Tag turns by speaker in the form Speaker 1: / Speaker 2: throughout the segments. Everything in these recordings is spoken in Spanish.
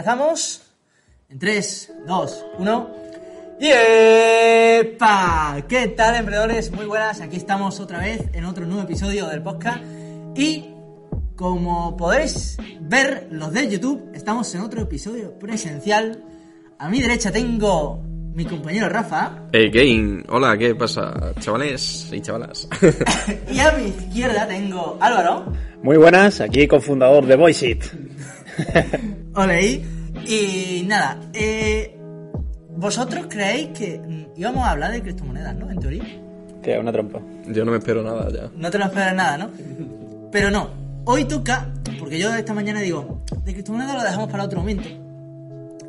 Speaker 1: empezamos. En 3, 2, 1. ¡Yepa! ¿Qué tal, emprendedores? Muy buenas, aquí estamos otra vez en otro nuevo episodio del podcast. Y como podéis ver los de YouTube, estamos en otro episodio presencial. A mi derecha tengo mi compañero Rafa.
Speaker 2: Hey, Game, hola, ¿qué pasa, chavales y chavalas?
Speaker 1: Y a mi izquierda tengo Álvaro.
Speaker 3: Muy buenas, aquí cofundador de Voiceit.
Speaker 1: Hola ahí. Y nada, eh, vosotros creéis que mm, íbamos a hablar de criptomonedas, ¿no? En teoría.
Speaker 3: Que es una trampa.
Speaker 2: Yo no me espero nada ya.
Speaker 1: No te lo esperas nada, ¿no? Pero no, hoy toca, porque yo esta mañana digo, de criptomonedas lo dejamos para otro momento.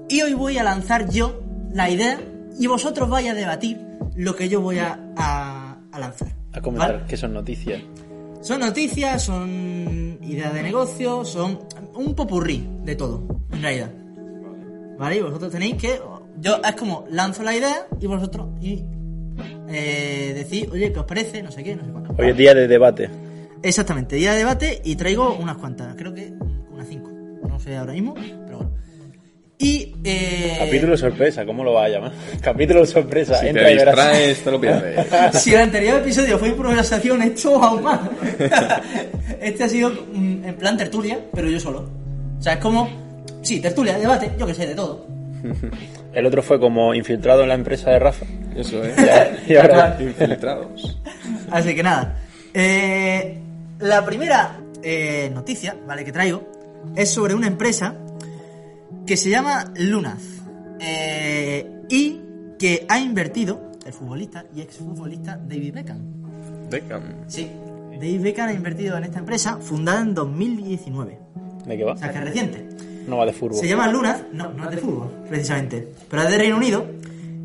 Speaker 1: Y hoy voy a lanzar yo la idea y vosotros vais a debatir lo que yo voy a, a- a lanzar.
Speaker 3: A comentar
Speaker 2: Ah.
Speaker 1: ¿Vale?
Speaker 3: que son noticias.
Speaker 1: Son noticias, son ideas de negocio, son un popurrí de todo, en realidad. ¿Vale? Y vosotros tenéis que. Yo es como lanzo la idea y vosotros y eh, decís, oye, ¿qué os parece? No sé qué, no sé cuánto.
Speaker 3: Hoy es día de debate.
Speaker 2: Eh.
Speaker 1: Exactamente, día de debate y traigo unas cuantas, creo que unas cinco. No sé ahora mismo, pero bueno. Y. Eh,
Speaker 3: Capítulo sorpresa, ¿cómo lo vas a llamar? Capítulo sorpresa,
Speaker 2: Si
Speaker 3: entra
Speaker 2: te
Speaker 3: y verás.
Speaker 2: distraes, te lo pierdes.
Speaker 1: Si el anterior episodio fue improvisación, esto aún más. Este ha sido mm, en plan tertulia, pero yo solo. O sea, es como. Sí, tertulia, debate, yo que sé, de todo.
Speaker 3: El otro fue como infiltrado en la empresa de Rafa.
Speaker 2: Eso es.
Speaker 3: Y ahora
Speaker 2: Infiltrados.
Speaker 1: Así que nada. Eh, la primera eh, noticia, ¿vale? Que traigo es sobre una empresa que se llama Lunaz. eh, y que ha invertido el futbolista y exfutbolista David Beckham.
Speaker 2: Beckham.
Speaker 1: Sí. David Beckham ha invertido en esta empresa fundada en 2019.
Speaker 3: ¿De qué va?
Speaker 1: O sea, que es reciente.
Speaker 3: No va de fútbol.
Speaker 1: Se llama Lunas, no, no es de fútbol, precisamente, pero es de Reino Unido.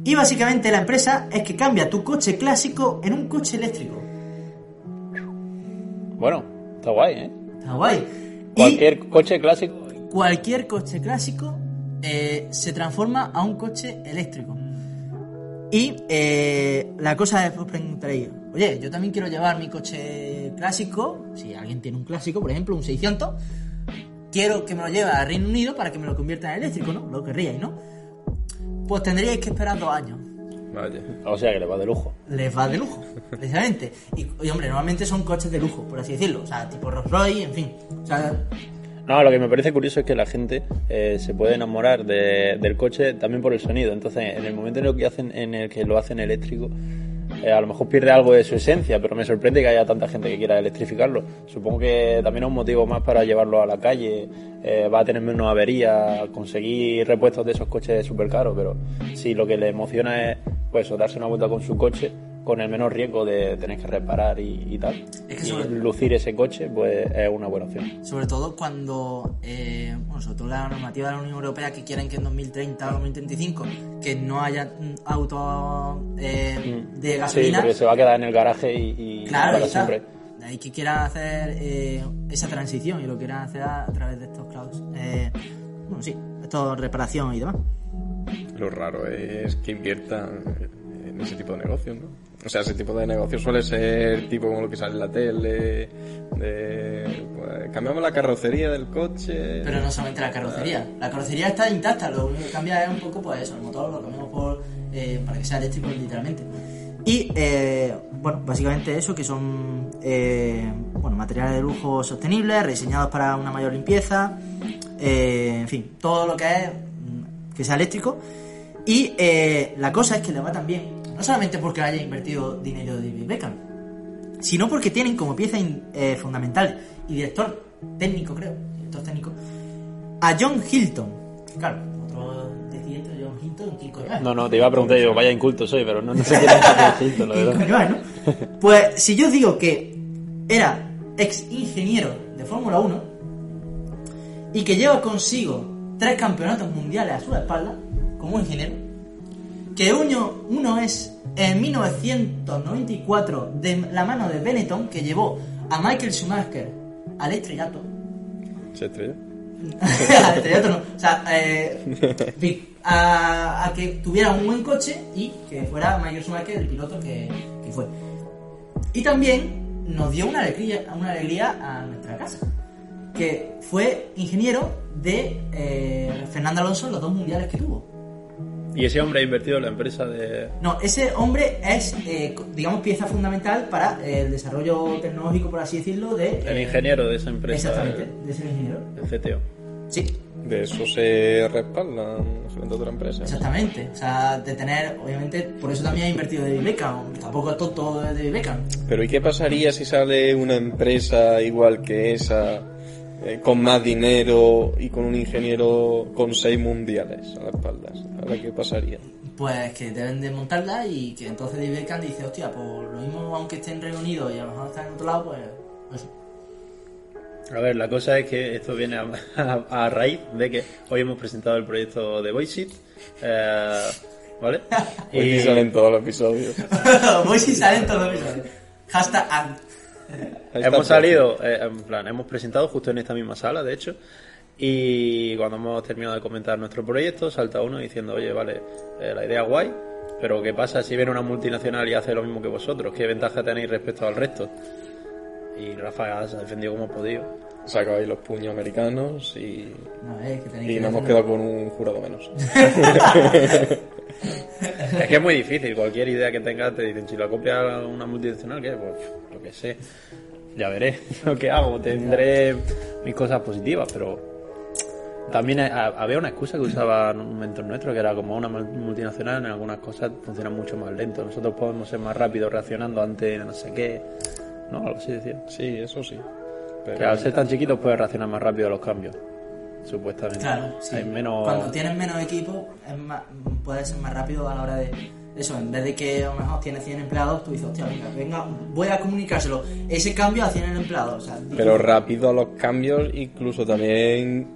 Speaker 1: Y básicamente la empresa es que cambia tu coche clásico en un coche eléctrico.
Speaker 3: Bueno, está guay, ¿eh?
Speaker 1: Está guay. Y
Speaker 3: Cualquier coche clásico.
Speaker 1: cualquier coche clásico eh, se transforma a un coche eléctrico. Y eh, la cosa es, os preguntaréis, oye, yo también quiero llevar mi coche clásico, si alguien tiene un clásico, por ejemplo, un 600, quiero que me lo lleve a Reino Unido para que me lo convierta en eléctrico, ¿no? Lo querríais, ¿no? Pues tendríais que esperar dos años.
Speaker 2: Vaya.
Speaker 3: O sea que le va de lujo.
Speaker 1: les va de lujo, precisamente. Y, y, hombre, normalmente son coches de lujo, por así decirlo. O sea, tipo Rolls Royce, en fin. O sea,
Speaker 3: No, lo que me parece curioso es que la gente eh, se puede enamorar de- del coche también por el sonido. Entonces, en el momento en el que, hacen, en el que lo hacen eléctrico, eh, a lo mejor pierde algo de su esencia, pero me sorprende que haya tanta gente que quiera electrificarlo. Supongo que también es un motivo más para llevarlo a la calle, eh, va a tener menos averías, conseguir repuestos de esos coches súper caros, pero si lo que le emociona es pues, eso, darse una vuelta con su coche con el menor riesgo de tener que reparar y, y tal.
Speaker 1: Es que
Speaker 3: y
Speaker 1: sobre-
Speaker 3: lucir ese coche pues es una buena opción.
Speaker 1: sobre todo cuando, eh, bueno, sobre todo la normativa de la Unión Europea que quieren que en 2030 o 2035 que no haya mm, auto eh, de
Speaker 3: Sí,
Speaker 1: gasolina.
Speaker 3: porque se va a quedar en el garaje y, y
Speaker 1: claro,
Speaker 3: para
Speaker 1: y tal.
Speaker 3: siempre.
Speaker 1: De ahí que quieran hacer eh, esa transición y lo quieran hacer a, a través de estos clouds. Eh, bueno, sí, esto reparación y demás.
Speaker 2: Lo raro es que inviertan en ese tipo de negocios, ¿no? O sea, ese tipo de negocios suele ser tipo como lo que sale en la tele, de... pues, cambiamos la carrocería del coche...
Speaker 1: Pero no solamente la carrocería. La carrocería está intacta, lo único que cambia es un poco, pues eso, el motor lo cambiamos por, eh, para que sea eléctrico, literalmente. Y, eh, bueno, básicamente eso, que son eh, bueno, materiales de lujo sostenibles, rediseñados para una mayor limpieza, eh, en fin, todo lo que es mm, que sea eléctrico. Y eh, la cosa es que le va tan bien, no solamente porque haya invertido dinero de Beckham, sino porque tienen como pieza in- eh, fundamental y director técnico, creo, director técnico, a John Hilton. Claro, otro decir esto de John Hilton, ¿quién coño es?
Speaker 3: No, no, te iba a preguntar yo, vaya inculto soy, pero no, no sé quién es el inculto, la
Speaker 1: ¿Quién
Speaker 3: verdad.
Speaker 1: coño es, no? Pues si yo digo que era ex ingeniero de Fórmula 1 y que lleva consigo tres campeonatos mundiales a su espalda como ingeniero, que uno, uno es en 1994 de la mano de Benetton que llevó a Michael Schumacher al estrellato.
Speaker 2: ¿Se estrella?
Speaker 1: al estrellato no, o sea, eh, en fin, a, a que tuviera un buen coche y que fuera Michael Schumacher el piloto que, que fue. Y también nos dio una alegría, una alegría a nuestra casa. que fue ingeniero de eh, Fernando Alonso en los dos mundiales que tuvo.
Speaker 3: Y ese hombre ha invertido en la empresa de...
Speaker 1: No, ese hombre es, eh, digamos, pieza fundamental para eh, el desarrollo tecnológico, por así decirlo, de...
Speaker 3: El
Speaker 1: eh,
Speaker 3: ingeniero de esa empresa.
Speaker 1: Exactamente, de ser ingeniero.
Speaker 3: El, el CTO.
Speaker 1: Sí,
Speaker 2: De eso se respaldan los gerentes de la empresa.
Speaker 1: exactamente. O sea, de tener, obviamente, por eso también ha invertido David Beckham. Tampoco es tonto David Beckham.
Speaker 2: Pero ¿y qué pasaría si sale una empresa igual que esa, eh, con más dinero y con un ingeniero con seis mundiales a las espaldas? Ahora, ¿qué pasaría?
Speaker 1: Pues que deben de montarla y que entonces David Beckham dice, hostia, pues lo mismo aunque estén reunidos y a lo mejor están en otro lado, pues... pues,
Speaker 3: A ver, la cosa es que esto viene a, a- a raíz de que hoy hemos presentado el proyecto de Voiceit, eh, ¿vale? Pues
Speaker 2: Hoy
Speaker 3: Eh,
Speaker 2: sí salen todos los episodios.
Speaker 1: pues, Voy si salen todos los episodios. Hashtag ad.
Speaker 2: Ahí está
Speaker 3: hemos
Speaker 2: Fran.
Speaker 3: salido, eh, en plan, hemos presentado justo en esta misma sala, de hecho, y cuando hemos terminado de comentar nuestro proyecto, salta uno diciendo, oye, vale, eh, la idea es guay, pero ¿qué pasa si viene una multinacional y hace lo mismo que vosotros? ¿Qué ventaja tenéis respecto al resto? Y Rafa se ha defendido como ha podido.
Speaker 2: Saca ahí los puños americanos y,
Speaker 1: No, es que tenéis
Speaker 2: y
Speaker 1: que
Speaker 2: nos hemos
Speaker 1: hacerlo.
Speaker 2: quedado con un jurado menos.
Speaker 3: Es que es muy difícil, cualquier idea que tengas te dicen, si la copia una multinacional, ¿qué? Pues lo que sé, ya veré lo que hago, tendré mis cosas positivas, pero también ha- había una excusa que usaban un mentor nuestro, que era como una mul- multinacional, en algunas cosas funciona mucho más lento, nosotros podemos ser más rápidos reaccionando ante no sé qué, ¿no? Algo así decía.
Speaker 2: Sí, eso sí. Pero
Speaker 3: Que al ser tan chiquitos puedes reaccionar más rápido a los cambios, supuestamente.
Speaker 1: Claro, sí.
Speaker 3: Hay menos...
Speaker 1: Cuando tienes menos equipo, es más- puedes ser más rápido a la hora de eso. En vez de que a lo mejor tienes 100 empleados, tú dices, hostia, venga, venga, voy a comunicárselo. Ese cambio a 100 empleados. O sea,
Speaker 2: pero rápido a los cambios, incluso también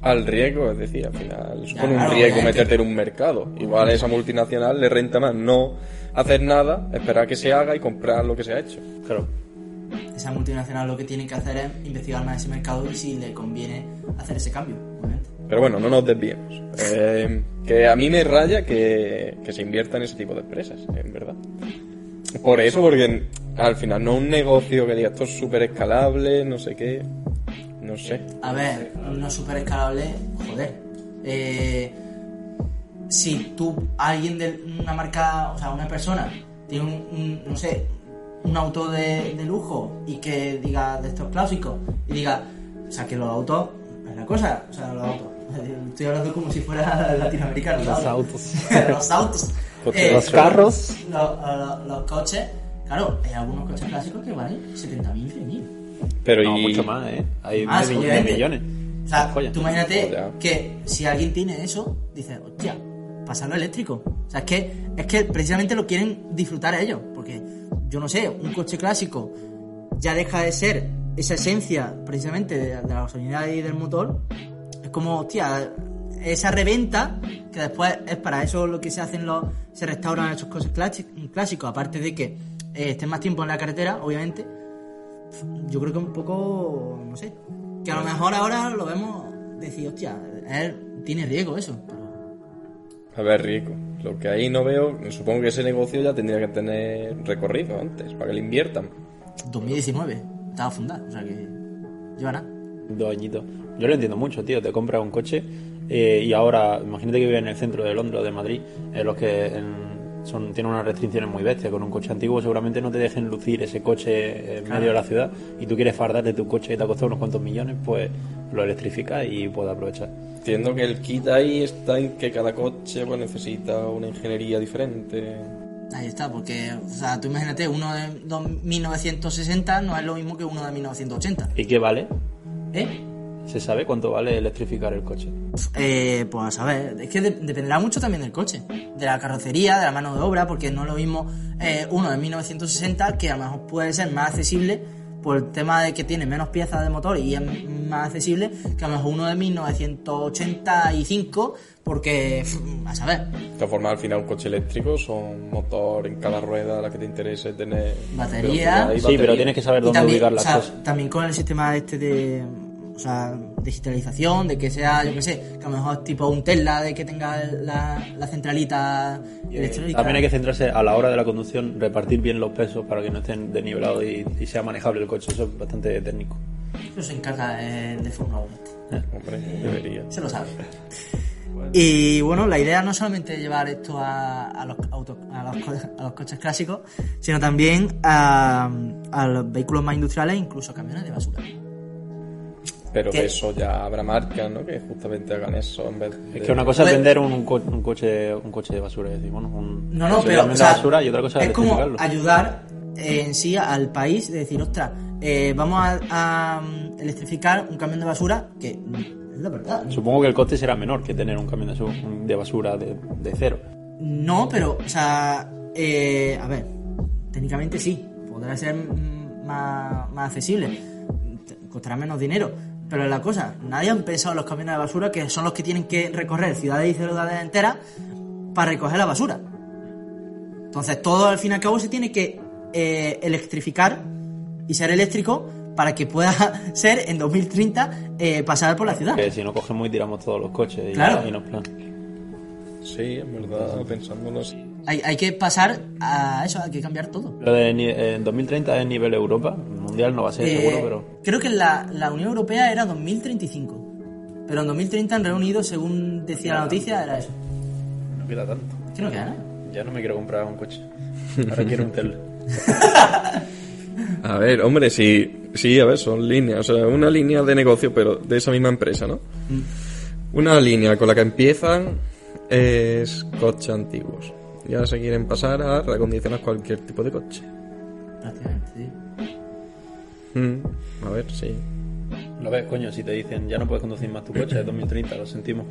Speaker 2: al riesgo, es decir, al final supone un
Speaker 1: claro,
Speaker 2: riesgo
Speaker 1: obviamente.
Speaker 2: meterte en un mercado. Igual a esa multinacional le renta más no hacer nada, esperar que se haga y comprar lo que se ha hecho.
Speaker 3: Claro.
Speaker 1: esa multinacional lo que tiene que hacer es investigar más ese mercado y si le conviene hacer ese cambio. obviamente.
Speaker 2: Pero bueno, no nos desviemos. Eh, que a mí me raya que, que se invierta en ese tipo de empresas, en verdad. Por eso, porque al final no es un negocio que diga esto es súper escalable, no sé qué. No sé.
Speaker 1: A ver, no super escalable, joder. Eh, si tú, alguien de una marca, o sea, una persona, tiene un, un, no sé, un auto de, de lujo y que diga de estos clásicos y diga, o sea, que los autos, es la cosa, o sea, los autos. Estoy hablando como si fuera latinoamericano.
Speaker 4: Los
Speaker 1: ¿sabes?
Speaker 4: autos.
Speaker 1: los autos.
Speaker 2: Porque
Speaker 4: Los carros.
Speaker 1: Los, los- los coches. Claro, hay algunos coches clásicos que valen 70.000, 100.000.
Speaker 2: Pero
Speaker 3: No,
Speaker 2: y...
Speaker 3: mucho más, ¿eh? Hay
Speaker 1: Más,
Speaker 3: de, mill- de
Speaker 1: obviamente.
Speaker 3: millones.
Speaker 1: O sea,
Speaker 3: Joya.
Speaker 1: tú imagínate
Speaker 2: Joder.
Speaker 1: que si alguien tiene eso, dices, hostia, pasarlo eléctrico. O sea, es que, es que precisamente lo quieren disfrutar a ellos. Porque, yo no sé, un coche clásico ya deja de ser esa esencia precisamente de, de la gasolina y del motor. Es como, hostia, esa reventa que después es para eso lo que se hacen los. Se restauran esos coches clasi- clásicos. Aparte de que eh, estén más tiempo en la carretera, obviamente yo creo que un poco, no sé, que a lo mejor ahora lo vemos decir, hostia, él tiene riesgo eso. pero-
Speaker 2: A ver, rico. Lo que ahí no veo, supongo que ese negocio ya tendría que tener recorrido antes, para que le inviertan.
Speaker 1: 2019, estaba fundada, o sea que lleva nada.
Speaker 3: Dos añitos. Yo lo entiendo mucho, tío. Te compras un coche eh, y ahora, imagínate que vives en el centro de Londres o de Madrid, en los que en- son, tienen unas restricciones muy bestias. Con un coche antiguo seguramente no te dejen lucir ese coche eh, en medio de la ciudad y tú quieres fardar de tu coche que te ha costado unos cuantos millones, pues lo electrificas y puedes aprovechar.
Speaker 2: Entiendo que el kit ahí está en que cada coche pues, necesita una ingeniería diferente.
Speaker 1: Ahí está, porque, o sea, tú imagínate, uno de dos- 1960 no es lo mismo que uno de 1980.
Speaker 3: ¿Y qué vale?
Speaker 1: ¿Eh?
Speaker 3: ¿Se sabe cuánto vale electrificar el coche?
Speaker 1: Eh, pues a saber, es que de- dependerá mucho también del coche, de la carrocería, de la mano de obra, porque no es lo mismo eh, uno de 1960 que a lo mejor puede ser más accesible por el tema de que tiene menos piezas de motor y es más accesible que a lo mejor uno de 1985 porque, pf, a saber,
Speaker 2: De todas formas, al final un coche eléctrico son motor en cada rueda, la que te interese tener...
Speaker 1: Batería.
Speaker 2: velocidad y
Speaker 3: Sí, pero
Speaker 2: batería.
Speaker 3: tienes que saber
Speaker 1: Y
Speaker 3: dónde
Speaker 1: también,
Speaker 3: ubicar las
Speaker 1: o sea,
Speaker 3: cosas.
Speaker 1: También con el sistema este de o sea, digitalización, de que sea, yo qué sé, que a lo mejor tipo un Tesla, de que tenga la, la centralita electrónica.
Speaker 3: Eh, También hay que centrarse a la hora de la conducción, repartir bien los pesos para que no estén desnivelados y, y sea manejable el coche. Eso es bastante técnico.
Speaker 1: Eso se encarga de, de Fórmula 1.
Speaker 2: Hombre, debería.
Speaker 1: Se lo sabe. Y bueno, la idea no es solamente llevar esto a, a los, auto- a, los, co- a los coches clásicos, sino también a, a los vehículos más industriales e incluso camiones de basura.
Speaker 2: Pero
Speaker 3: Eh.
Speaker 1: ¿Qué?
Speaker 2: de eso ya habrá marcas, ¿no? Que justamente hagan eso en vez de...
Speaker 3: Es que una cosa es
Speaker 1: Pues-
Speaker 3: vender un, co- un coche un coche de basura, es decir, bueno, un
Speaker 1: No, no,
Speaker 3: coche
Speaker 1: pero
Speaker 3: de
Speaker 1: o sea,
Speaker 3: basura y otra cosa
Speaker 1: es como
Speaker 3: electrificarlo.
Speaker 1: ayudar eh, en sí al país de decir, ostras, eh, vamos a, a, mm, electrificar un camión de basura, que mm, es la verdad.
Speaker 3: Supongo que el coste será menor que tener un camión de, su- de basura de, de cero.
Speaker 1: No, pero, o sea, eh, a ver, técnicamente sí, podrá ser mm, más, más accesible, te- costará menos dinero, pero es la cosa, nadie ha pensado en los camiones de basura que son los que tienen que recorrer ciudades y ciudades enteras para recoger la basura. Entonces, todo al fin y al cabo se tiene que eh, electrificar y ser eléctrico para que pueda ser en 2030 eh, pasar por la ciudad.
Speaker 3: Que si no cogemos y tiramos todos los coches y,
Speaker 1: Claro.
Speaker 3: y nos plan.
Speaker 2: Sí, en verdad, pensándolo así.
Speaker 1: Hay, hay que pasar a eso, hay que cambiar todo.
Speaker 3: Lo de ni- en 2030 es nivel Europa, mundial no va a ser
Speaker 1: Eh,
Speaker 3: seguro, pero
Speaker 1: Creo que la, la Unión Europea era 2035. Pero en 2030 en reunido, según decía la noticia, era eso.
Speaker 3: no queda tanto.
Speaker 1: ¿Qué no queda nada?
Speaker 3: Ya no me quiero comprar un coche. Ahora quiero un Tesla.
Speaker 2: A ver, hombre, sí, sí, a ver, son líneas, o sea, una línea de negocio, pero de esa misma empresa, ¿no? Una línea con la que empiezan es coches antiguos. Y ahora se quieren pasar a reacondicionar cualquier tipo de coche.
Speaker 1: Prácticamente, sí.
Speaker 2: Mm, A ver, sí.
Speaker 3: Lo ves, coño, si te dicen ya no puedes conducir más tu coche, es 2030, lo sentimos.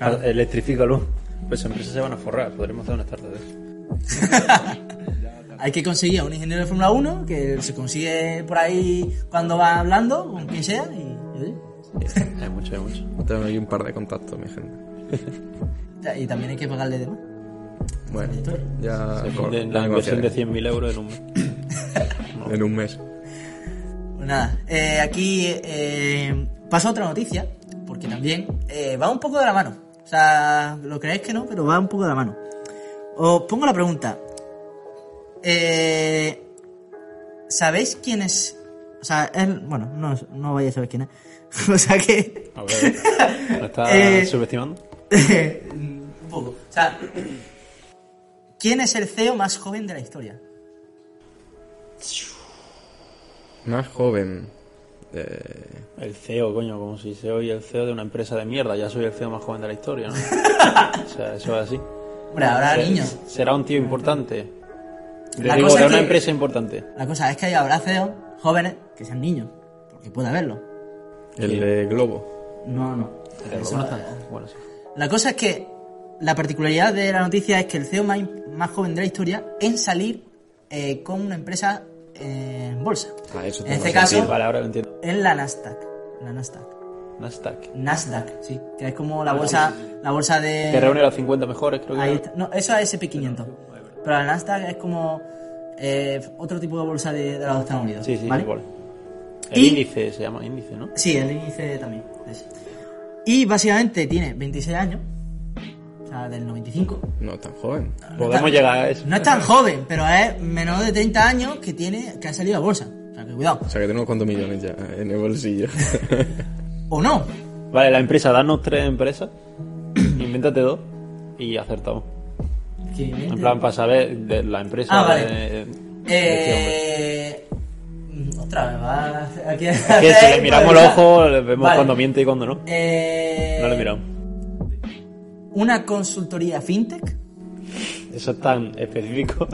Speaker 3: Ah, Electrifícalo. Pues empresas se van a forrar, podremos hacer una startup de eso.
Speaker 1: Hay que conseguir a un ingeniero de Fórmula 1 que se consigue por ahí cuando va hablando, con quien sea, y, y oye.
Speaker 3: Hay mucho, hay mucho.
Speaker 2: Tengo ahí un par de contactos, mi gente.
Speaker 1: Ta- Y también hay que pagarle de más.
Speaker 2: Bueno, ya...
Speaker 3: Se
Speaker 2: por- ya
Speaker 3: funde la inversión de
Speaker 2: negociaré.
Speaker 3: 100.000 euros en un mes.
Speaker 2: En un mes.
Speaker 1: Pues nada, eh, aquí eh, pasa otra noticia, porque también eh, va un poco de la mano. O sea, lo creéis que no, pero va un poco de la mano. Os pongo la pregunta. Eh, ¿Sabéis quién es? O sea, él, bueno, no, no vais a saber quién es. o sea que...
Speaker 3: A ver, ¿no estás
Speaker 1: Eh,
Speaker 3: subestimando?
Speaker 1: un poco. O sea, ¿quién es el CEO más joven de la historia?
Speaker 2: Más joven. Eh,
Speaker 3: El CEO, coño, como si se oye el CEO de una empresa de mierda. Ya soy el CEO más joven de la historia, ¿no? o sea, eso es así.
Speaker 1: Hombre, habrá
Speaker 3: Se-
Speaker 1: niños.
Speaker 3: Será un tío importante. Le
Speaker 1: La
Speaker 3: digo,
Speaker 1: cosa
Speaker 3: de
Speaker 1: es
Speaker 3: una
Speaker 1: que-
Speaker 3: empresa importante.
Speaker 1: La cosa es que habrá CEOs E jóvenes que sean niños, porque puede haberlo.
Speaker 2: el de Globo.
Speaker 1: No, no. Eso no está.
Speaker 3: Bueno, sí.
Speaker 1: La cosa es que la particularidad de la noticia es que el CEO más, más joven de la historia en salir eh, con una empresa eh, en bolsa.
Speaker 2: Ah, eso
Speaker 1: en
Speaker 2: tiene
Speaker 1: este
Speaker 2: más
Speaker 1: caso,
Speaker 2: sentido.
Speaker 3: Vale, ahora lo entiendo.
Speaker 1: en la Nasdaq. La Nasdaq. Eh,
Speaker 3: Nasdaq.
Speaker 1: Nasdaq, sí. Que es como
Speaker 3: Ah,
Speaker 1: la bolsa, la bolsa de...
Speaker 3: Que reúne las 50 mejores, creo que.
Speaker 1: Ahí
Speaker 3: era.
Speaker 1: está. No, eso es SP500. Pero la Nasdaq es como eh, otro tipo de bolsa de, de los Estados Unidos.
Speaker 3: Sí, sí,
Speaker 1: ¿vale?
Speaker 3: igual. El
Speaker 1: Y-
Speaker 3: índice se llama índice, ¿no?
Speaker 1: Sí, el índice también. es. Y básicamente tiene 26 años. O sea, del 95.
Speaker 2: No tan joven.
Speaker 3: Podemos
Speaker 1: tan-
Speaker 3: llegar a eso.
Speaker 1: No es tan joven, pero es menor de 30 años que tiene que ha salido a bolsa. O sea, que cuidado.
Speaker 2: O sea que tenemos cuántos millones ya en el bolsillo.
Speaker 1: O no.
Speaker 3: Vale, la empresa, danos tres empresas, invéntate dos y acertamos.
Speaker 1: Que
Speaker 3: En plan, para saber de la empresa.
Speaker 1: Ah, vale.
Speaker 3: de- de este hombre.
Speaker 1: eh... mm, Ostras, me va aquí a-
Speaker 3: Que si le miramos los ojos, le vemos
Speaker 1: Vale.
Speaker 3: cuando miente y cuando no.
Speaker 1: Eh...
Speaker 3: No le miramos.
Speaker 1: Una consultoría fintech.
Speaker 3: Eso es tan específico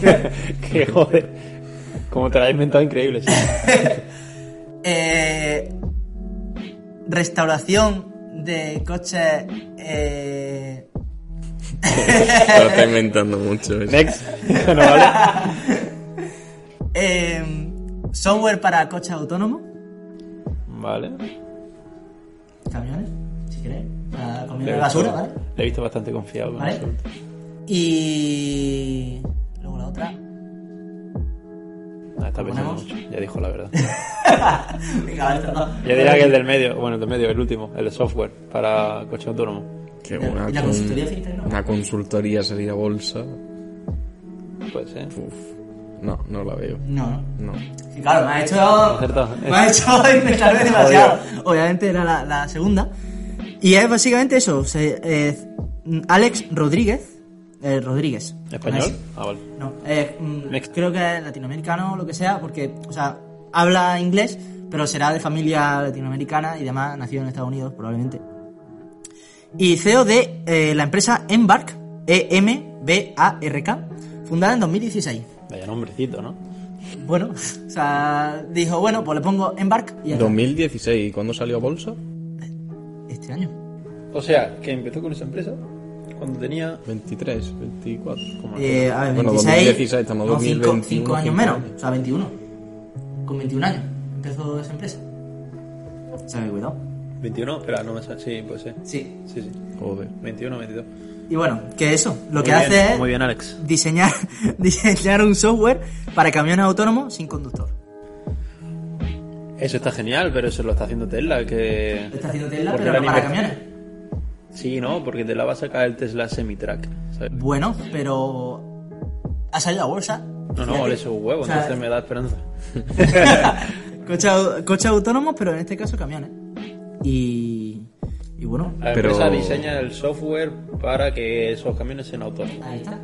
Speaker 3: que joder. Como te lo has inventado, increíble. sí.
Speaker 1: Eh... Restauración de coches. Eh...
Speaker 2: Te lo está inventando mucho. eso.
Speaker 3: Next. No, vale.
Speaker 1: eh, software para coches autónomos.
Speaker 3: Vale.
Speaker 1: Camiones, si queréis. O sea,
Speaker 3: Le
Speaker 1: Camiones
Speaker 3: he
Speaker 1: de basura,
Speaker 3: visto-
Speaker 1: ¿vale?
Speaker 3: Le he visto bastante confiado. con
Speaker 1: ¿Vale?
Speaker 3: eso.
Speaker 1: Y luego la otra.
Speaker 3: Ah, está pensando
Speaker 1: ¿Ponemos?
Speaker 3: mucho. Ya dijo la verdad.
Speaker 1: Venga, vale, toma.
Speaker 3: Yo diría que el del medio, bueno, el del medio, el último, el de software para coche autónomo.
Speaker 2: Que
Speaker 1: ¿Y la
Speaker 2: una,
Speaker 1: consultoría fintech no?
Speaker 2: una consultoría salir a bolsa.
Speaker 3: Pues, ¿eh?
Speaker 2: Uf, No, no la veo.
Speaker 1: No, no.
Speaker 2: No.
Speaker 1: Sí, claro, me ha hecho.
Speaker 3: Acertado.
Speaker 1: Me ha hecho inventarme demasiado. Obviamente era la, la segunda. Y es básicamente eso. se- eh, Alex Rodríguez. eh, Rodríguez. con
Speaker 3: ¿Español?
Speaker 1: S.
Speaker 3: Ah, vale.
Speaker 1: No, eh, mm,
Speaker 3: Next.
Speaker 1: creo que es latinoamericano o lo que sea, porque, o sea, habla inglés, pero será de familia latinoamericana y demás, nacido en Estados Unidos probablemente. Y CEO de eh, la empresa Embark, E E-M-B-A-R-K, fundada en 2016.
Speaker 3: Vaya nombrecito, ¿no?
Speaker 1: Bueno, o sea, dijo, bueno, pues le pongo Embark y ya está.
Speaker 2: 2016, ¿y cuándo salió a bolsa?
Speaker 1: este año.
Speaker 3: O sea, que empezó con esa empresa cuando tenía...
Speaker 2: 23, 24. como-
Speaker 1: Eh, a ver,
Speaker 2: Ah, Bueno,
Speaker 1: 26,
Speaker 2: 2016, estamos
Speaker 1: no,
Speaker 2: 2021,
Speaker 1: 5 años
Speaker 2: cinco
Speaker 1: menos,
Speaker 2: años.
Speaker 1: o sea, 21. Con 21 años empezó esa empresa. Se me cuidado.
Speaker 3: 21, espera, no me sale. Sí, puede ser.
Speaker 1: Sí,
Speaker 3: Sí, sí.
Speaker 2: Joder.
Speaker 3: 21, 22.
Speaker 1: Y bueno, que eso, lo
Speaker 3: Muy
Speaker 1: que
Speaker 3: bien,
Speaker 1: hace es
Speaker 3: Muy bien, Alex.
Speaker 1: diseñar, diseñar un software para camiones autónomos sin conductor.
Speaker 3: Eso está genial, pero eso lo está haciendo Tesla, que...
Speaker 1: Lo está haciendo Tesla,
Speaker 3: Porque
Speaker 1: pero no
Speaker 3: la
Speaker 1: para
Speaker 3: anima-
Speaker 1: camiones.
Speaker 3: Sí, no, porque Tesla va a sacar el Tesla Semi-Track, ¿sabes?
Speaker 1: Bueno, pero ha salido a bolsa.
Speaker 3: No, no, vale su huevo, entonces me da esperanza.
Speaker 1: Coches autónomos, pero en este caso camiones. Y, y bueno,
Speaker 3: La
Speaker 2: Pero-
Speaker 3: empresa diseña el software para que esos camiones sean autónomos.
Speaker 1: ahí está.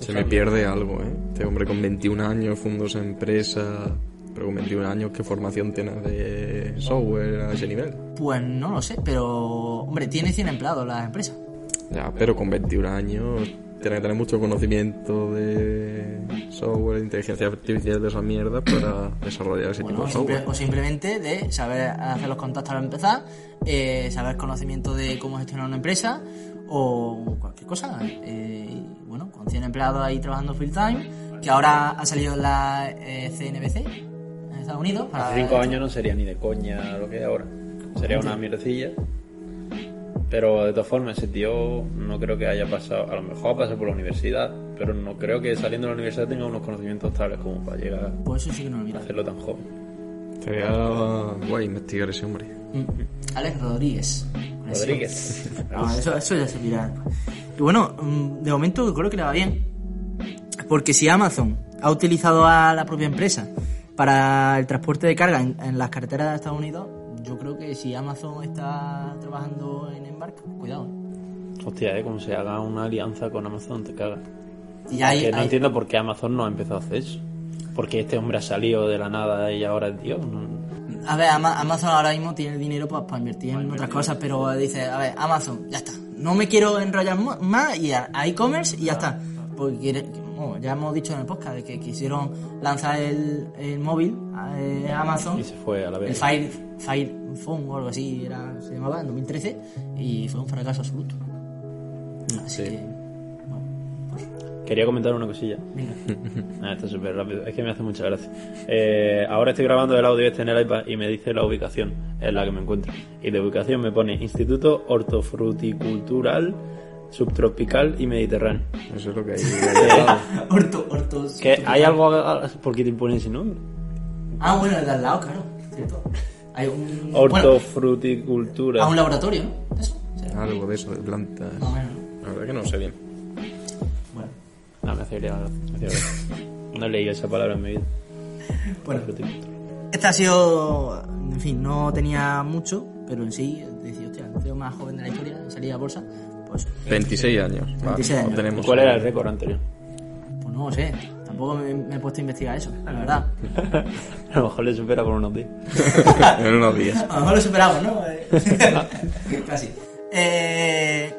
Speaker 2: Se me pierde algo, ¿eh? Este hombre con 21 años fundó esa empresa, pero con 21 años, ¿qué formación tiene de software a ese nivel?
Speaker 1: Pues no lo sé, pero hombre, tiene 100 empleados la empresa.
Speaker 2: Ya, pero con 21 años tiene que tener mucho conocimiento de software, de inteligencia artificial, de esa mierda para desarrollar ese Este tipo
Speaker 1: Bueno,
Speaker 2: de
Speaker 1: simple-
Speaker 2: software.
Speaker 1: o simplemente de saber hacer los contactos al empezar, eh, saber conocimiento de cómo gestionar una empresa o cualquier cosa. Eh, y, bueno, con 100 empleados ahí trabajando full time, que ahora ha salido la eh, CNBC en Estados Unidos. para-
Speaker 3: Hace cinco años no sería ni de coña lo que es ahora. Sería una mierdecilla. Pero de todas formas, ese tío no creo que haya pasado, a lo mejor ha pasado por la universidad, pero no creo que saliendo de la universidad tenga unos conocimientos estables como para llegar
Speaker 1: Pues eso sí que no lo
Speaker 3: a
Speaker 1: mira.
Speaker 3: hacerlo tan joven.
Speaker 2: Sería guay investigar ese hombre.
Speaker 1: Mm. Alex Rodríguez.
Speaker 3: Rodríguez.
Speaker 1: No, eso, eso ya se dirá. Y bueno, mm, de momento creo que le va bien. Porque si Amazon ha utilizado a la propia empresa para el transporte de carga en, en las carreteras de Estados Unidos, yo creo que si Amazon está trabajando en Embark, cuidado. eh.
Speaker 3: Hostia, eh, como se haga una alianza con Amazon, te cagas.
Speaker 1: Y ya hay,
Speaker 3: Que no
Speaker 1: hay-
Speaker 3: entiendo por qué Amazon no ha empezado a hacer eso. Porque este hombre ha salido de la nada y ahora es Dios. no-
Speaker 1: A ver, Ama- Amazon ahora mismo tiene el dinero para, invertir en otras cosas, pero dice, a ver, Amazon, ya está. No me quiero enrollar mo- más y a, a e-commerce y ya está. Porque quiere- bueno, ya hemos dicho en el podcast de que quisieron lanzar el, el móvil eh, Amazon,
Speaker 3: Y se fue a la
Speaker 1: el
Speaker 3: vez.
Speaker 1: Fire, Fire Phone o algo así era, se llamaba en 2013 y fue un fracaso absoluto. Así que, bueno, pues,
Speaker 3: Quería comentar una cosilla.
Speaker 1: venga.
Speaker 3: Ah, esto es súper rápido. Es que me hace mucha gracia. Eh, ahora estoy grabando el audio este en el iPad y me dice la ubicación en la que me encuentro. Y de ubicación me pone Instituto Hortofruticultural, Subtropical y Mediterráneo. Eh,
Speaker 2: Eso es lo que hay.
Speaker 1: Orto, ortos.
Speaker 3: Que hay algo... a- a- ¿Por qué te ponen ese nombre?
Speaker 1: Ah, bueno, el de al lado, claro, cierto. Hay un... bueno,
Speaker 3: Hortofruticultura.
Speaker 1: a un laboratorio, ¿no? Eso, será.
Speaker 2: Algo de eso, de plantas.
Speaker 1: Más o menos, ¿no?
Speaker 2: La verdad que no sé bien.
Speaker 1: Bueno,
Speaker 3: Ah, me hace gracia, me hace gracia. No he leído esa palabra en mi vida.
Speaker 1: bueno.
Speaker 3: Hortofruticultura.
Speaker 1: Esta ha sido. En fin, no tenía mucho, pero en sí, decía, hostia, el CEO más joven de la historia, salía a bolsa. Pues,
Speaker 2: 26 años. Vale,
Speaker 1: 26 años.
Speaker 2: no tenemos-
Speaker 3: ¿Cuál era el récord anterior?
Speaker 1: pues no lo sé. Tampoco me, me he puesto a investigar eso, la verdad.
Speaker 3: A lo mejor le supera por unos días.
Speaker 2: en unos días.
Speaker 1: A lo mejor lo superamos, ¿no? Eh, Casi. Eh,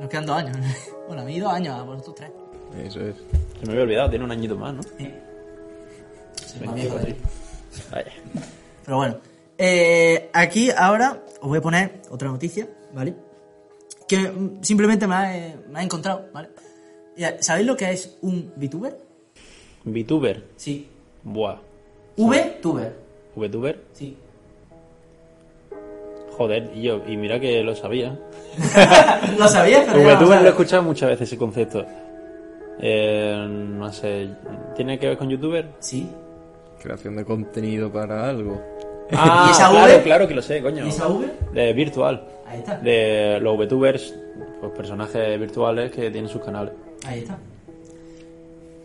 Speaker 1: nos quedan dos años. Bueno, a mí dos años, a vosotros tres.
Speaker 2: Eso es.
Speaker 3: Se me había olvidado, tiene un añito más, ¿no?
Speaker 1: Soy más viejo de ti.
Speaker 3: Vaya.
Speaker 1: Pero bueno, eh, aquí ahora os voy a poner otra noticia, ¿vale? Que mm, simplemente me ha, eh, me ha encontrado, ¿vale? Ya, ¿Sabéis lo que es un VTuber?
Speaker 3: VTuber.
Speaker 1: Sí.
Speaker 3: Buah.
Speaker 1: VTuber.
Speaker 3: VTuber.
Speaker 1: Sí.
Speaker 3: Joder, y yo, y mira que lo sabía.
Speaker 1: lo sabía, pero ya lo
Speaker 3: VTuber lo he
Speaker 1: sabes.
Speaker 3: escuchado muchas veces ese concepto. Eh, no sé, ¿tiene que ver con youtuber?
Speaker 1: Sí.
Speaker 2: Creación de contenido para algo.
Speaker 3: Ah,
Speaker 1: ¿Y esa
Speaker 3: claro,
Speaker 1: V?
Speaker 3: claro que lo sé, coño.
Speaker 1: ¿Y esa V?
Speaker 3: De virtual.
Speaker 1: Ahí está.
Speaker 3: De los VTubers, pues personajes virtuales que tienen sus canales.
Speaker 1: Ahí está.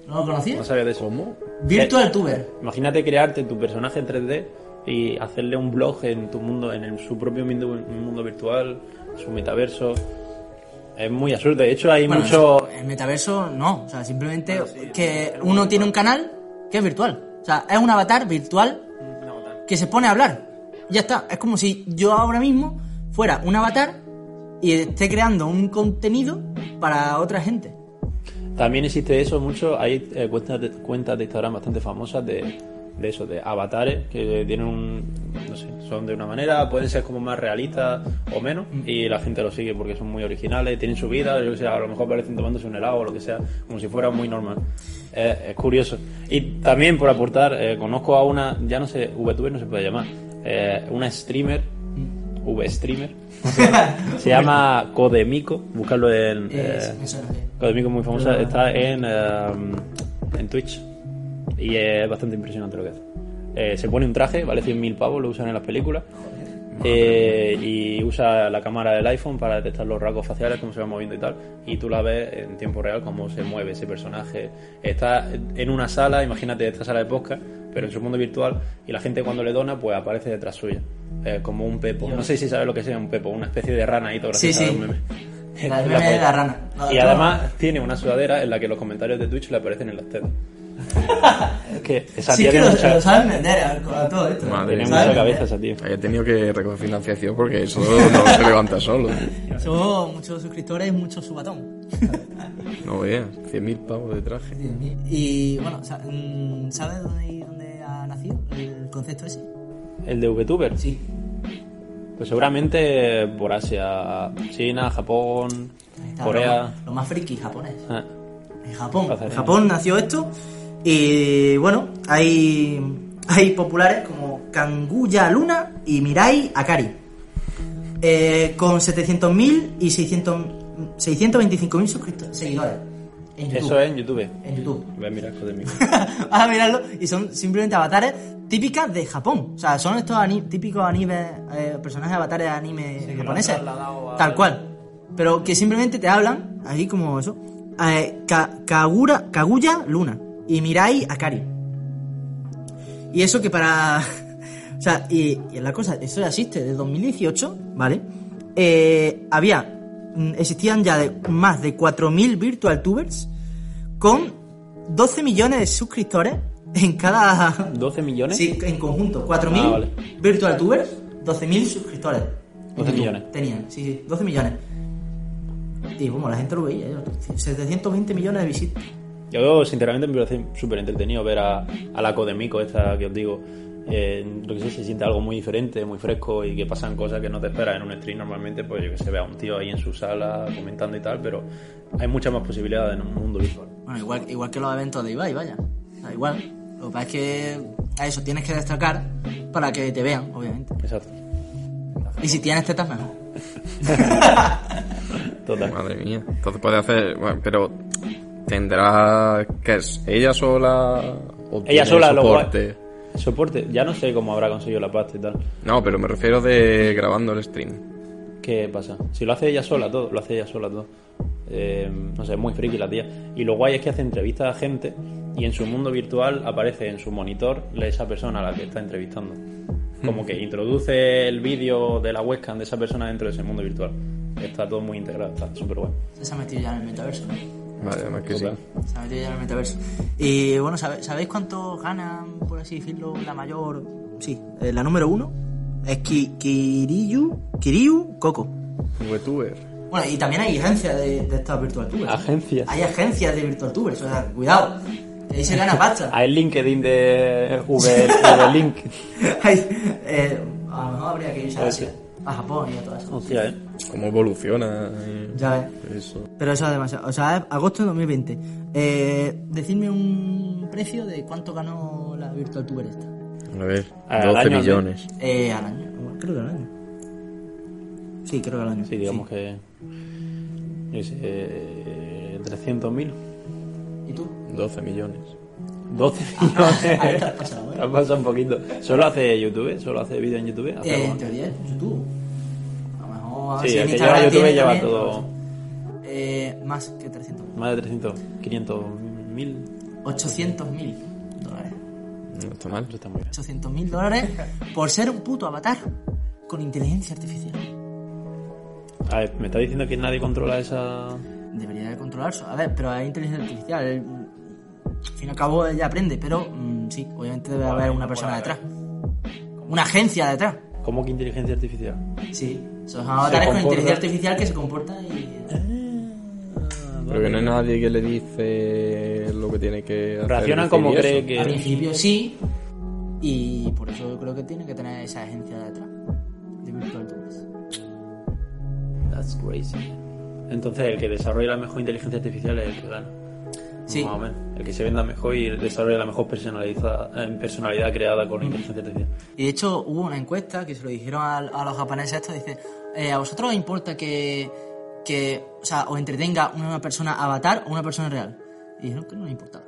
Speaker 1: ¿No lo conocías?
Speaker 3: No sabía de eso.
Speaker 2: ¿Cómo?
Speaker 3: Pues,
Speaker 1: Virtual Tuber.
Speaker 3: Imagínate crearte tu personaje en 3D y hacerle un blog en tu mundo, en el- su propio mundo, mundo virtual, su metaverso. Es muy absurdo. De hecho, hay
Speaker 1: Bueno,
Speaker 3: mucho.
Speaker 1: El metaverso no, o sea, simplemente que uno tiene un canal que es virtual. O sea, es un avatar virtual que se pone a hablar. Ya está, es como si yo ahora mismo fuera un avatar y esté creando un contenido para otra gente.
Speaker 3: También existe eso mucho. Hay eh, cuentas, de, cuentas de Instagram bastante famosas de, de eso, de avatares que tienen un. No sé, son de una manera, pueden ser como más realistas o menos. Y la gente los sigue porque son muy originales, tienen su vida. Yo que sé, a lo mejor parecen tomándose un helado o lo que sea, como si fuera muy normal. Eh, es curioso. Y también por aportar, eh, conozco a una, ya no sé, VTuber no se puede llamar, eh, una streamer. V-streamer. Se llama Codemico. Buscarlo en.
Speaker 1: Es-
Speaker 3: eh,
Speaker 1: eso es lo que-
Speaker 3: Codemico es muy famosa, está en, eh, en Twitch y es bastante impresionante lo que hace. Eh, se pone un traje, vale 100.000 pavos, lo usan en las películas eh, y usa la cámara del iPhone para detectar los rasgos faciales, cómo se va moviendo y tal. Y tú la ves en tiempo real, cómo se mueve ese personaje. Está en una sala, imagínate esta sala de podcast, pero en su mundo virtual y la gente cuando le dona, pues aparece detrás suya. eh, como un pepo. No sé si sabes lo que sea un pepo, una especie de rana ahí todo
Speaker 1: Sí,
Speaker 3: graciosa,
Speaker 1: sí.
Speaker 3: un meme.
Speaker 1: La del meme de la rana.
Speaker 3: Y además tiene una sudadera en la que los comentarios de Twitch le aparecen en las tetas. es que esa
Speaker 1: Sí,
Speaker 3: tía
Speaker 1: es que
Speaker 3: tiene
Speaker 1: lo,
Speaker 3: mucha,
Speaker 1: lo saben vender a, a todo esto.
Speaker 2: Madre
Speaker 3: tiene
Speaker 2: mía.
Speaker 1: Saben
Speaker 3: mucha
Speaker 2: Sabe
Speaker 3: cabeza
Speaker 1: vender.
Speaker 3: esa tía.
Speaker 2: He tenido que recoger financiación porque eso no se levanta solo.
Speaker 1: Somos muchos suscriptores y mucho subatón.
Speaker 2: No veas, 100.000 pavos de traje.
Speaker 1: Y bueno, sa- mm, ¿sabes dónde, dónde ha nacido el concepto ese?
Speaker 3: El de VTuber.
Speaker 1: Sí.
Speaker 3: Pues seguramente por Asia, China, Japón,
Speaker 1: Está
Speaker 3: Corea.
Speaker 1: Lo, lo más friki japonés.
Speaker 3: Ah,
Speaker 1: En Japón.
Speaker 3: Hacer-
Speaker 1: En Japón nació esto. Y bueno, hay, hay populares como Kanguya Luna y Mirai Akari. Eh, con 700.000 y 600 625.000 suscripto- seguidores en YouTube.
Speaker 3: Eso es en YouTube.
Speaker 1: En YouTube.
Speaker 3: Ven, mira, joder, mi-
Speaker 1: Vas a mirarlo y son simplemente avatares típicas de Japón. O sea, son estos ani- típicos animes, eh, personajes avatares de anime
Speaker 4: que lo han
Speaker 1: japoneses.
Speaker 4: trasladado a-
Speaker 1: Tal cual. Pero que simplemente te hablan, ahí como eso, eh, Ka- Kagura, Kaguya Luna y Mirai Akari. Y eso que para... o sea, y, y la cosa, eso ya existe, desde 2018, ¿vale? Eh, había, mm, existían ya de- más de 4.000 virtual tubers con 12 millones de suscriptores en cada...
Speaker 3: 12 millones.
Speaker 1: Sí, en conjunto, 4.000
Speaker 3: Ah, vale.
Speaker 1: virtual tubers, 12.000 suscriptores.
Speaker 3: 12 millones.
Speaker 1: Tenían, sí, sí, 12 millones. Y como la gente lo veía, yo, 720 millones de visitas.
Speaker 3: Yo, sinceramente, me parece súper entretenido ver a, a la Codemico, esta que os digo. Eh, lo que sé, se siente algo muy diferente, muy fresco y que pasan cosas que no te esperas en un stream normalmente, pues yo que se ve a un tío ahí en su sala comentando y tal, pero hay muchas más posibilidades en un mundo visual.
Speaker 1: Bueno, igual, igual que los eventos de Ibai, vaya. O sea, igual. Lo que pasa es que a eso tienes que destacar para que te vean, obviamente.
Speaker 3: Exacto.
Speaker 1: Y si tienes tetas, mejor.
Speaker 3: Total.
Speaker 2: Madre mía. Entonces puede hacer. Bueno, pero tendrá. ¿Qué es? ¿Ella sola? ¿O tiene
Speaker 3: Ella sola lo
Speaker 2: soporte?
Speaker 3: Soporte, ya no sé cómo habrá conseguido la pasta y tal.
Speaker 2: No, pero me refiero de grabando el stream.
Speaker 3: ¿Qué pasa? Si lo hace ella sola todo, lo hace ella sola todo. Eh, no sé, es muy friki la tía. Y lo guay es que hace entrevistas a gente y en su mundo virtual aparece en su monitor la- esa persona a la que está entrevistando. Como que introduce el vídeo de la webcam de esa persona dentro de ese mundo virtual. Está todo muy integrado, está súper guay.
Speaker 1: Se ha metido ya en el metaverso. ¿no?
Speaker 2: Vale, además que sí.
Speaker 3: Total.
Speaker 1: Se ha metido ya en el metaverso. Y bueno, ¿sabe- ¿sabéis cuánto ganan, por así decirlo, la mayor? Sí, eh, la número uno es Ki- Kiriyu, Kiryu Coco.
Speaker 2: VTuber.
Speaker 1: Bueno, y también hay agencias de, de estas virtual tubers. ¿eh?
Speaker 3: Agencias.
Speaker 1: Hay agencias de virtual tubers, o sea, cuidado. que Ahí se gana pasta.
Speaker 3: A el LinkedIn de V, Link.
Speaker 1: Ay, eh, a lo mejor habría que irse a Asia, a Japón y a todas esas cosas.
Speaker 3: Hostia, eh.
Speaker 2: ¿Cómo evoluciona? eh,
Speaker 1: Ya ves.
Speaker 2: Eso.
Speaker 1: Pero eso es demasiado. O sea, es agosto de 2020. Eh, decidme un precio de cuánto ganó la Virtual Tuber esta.
Speaker 2: A ver,
Speaker 3: Al
Speaker 2: 12
Speaker 3: año,
Speaker 2: millones.
Speaker 1: Eh, al año. Bueno, Creo que al año. Sí, creo que al año.
Speaker 3: Sí, digamos que. yo qué sé, eh, 300.000.
Speaker 1: ¿Y tú?
Speaker 2: 12 millones.
Speaker 3: 12 millones.
Speaker 1: Ahí te has pasado, ¿eh?
Speaker 3: Te has pasado un poquito. ¿Solo hace YouTube, ¿eh? solo hace vídeo en YouTube. ¿Hace
Speaker 1: Eh,
Speaker 3: algo
Speaker 1: en
Speaker 3: más?
Speaker 1: teoría es YouTube. A lo mejor. a ver
Speaker 3: sí,
Speaker 1: si en
Speaker 3: el que lleva
Speaker 1: Instagram
Speaker 3: YouTube
Speaker 1: tiene
Speaker 3: lleva
Speaker 1: también.
Speaker 3: todo
Speaker 1: Eh, más que 300.
Speaker 3: más de 300, 500 mil.
Speaker 1: 800.000 dólares.
Speaker 2: No está mal.
Speaker 3: Eso está muy bien.
Speaker 1: 800.000 dólares por ser un puto avatar con inteligencia artificial.
Speaker 3: A ver, me está diciendo que nadie controla esa.
Speaker 1: Debería de controlarse. A ver, pero hay inteligencia artificial. él, al fin y al cabo ella aprende, pero mm, sí, obviamente debe haber una persona detrás. Una agencia detrás.
Speaker 3: ¿Cómo que inteligencia artificial?
Speaker 1: Sí, son avatares con
Speaker 3: comporta.
Speaker 1: inteligencia artificial que se comportan y...
Speaker 2: Pero que no hay nadie que le dice lo que tiene que hacer.
Speaker 3: Reaccionan
Speaker 2: decir
Speaker 3: como
Speaker 2: y eso.
Speaker 3: cree
Speaker 1: Al
Speaker 3: que.
Speaker 1: principio sí, y por eso yo creo que tiene que tener esa agencia detrás de Virtual Tours.
Speaker 3: That's crazy. Entonces, el que desarrolla la mejor inteligencia artificial es el que gana.
Speaker 1: Sí.
Speaker 3: Más o menos. El que se venda mejor y desarrolla la mejor personaliza- eh, personalidad creada con inteligencia artificial.
Speaker 1: Y de hecho hubo una encuesta que se lo dijeron a, a los japoneses esto, dice, eh, ¿a vosotros os importa que, que o sea, os entretenga una persona avatar o una persona real? Y dijeron que no les importaba.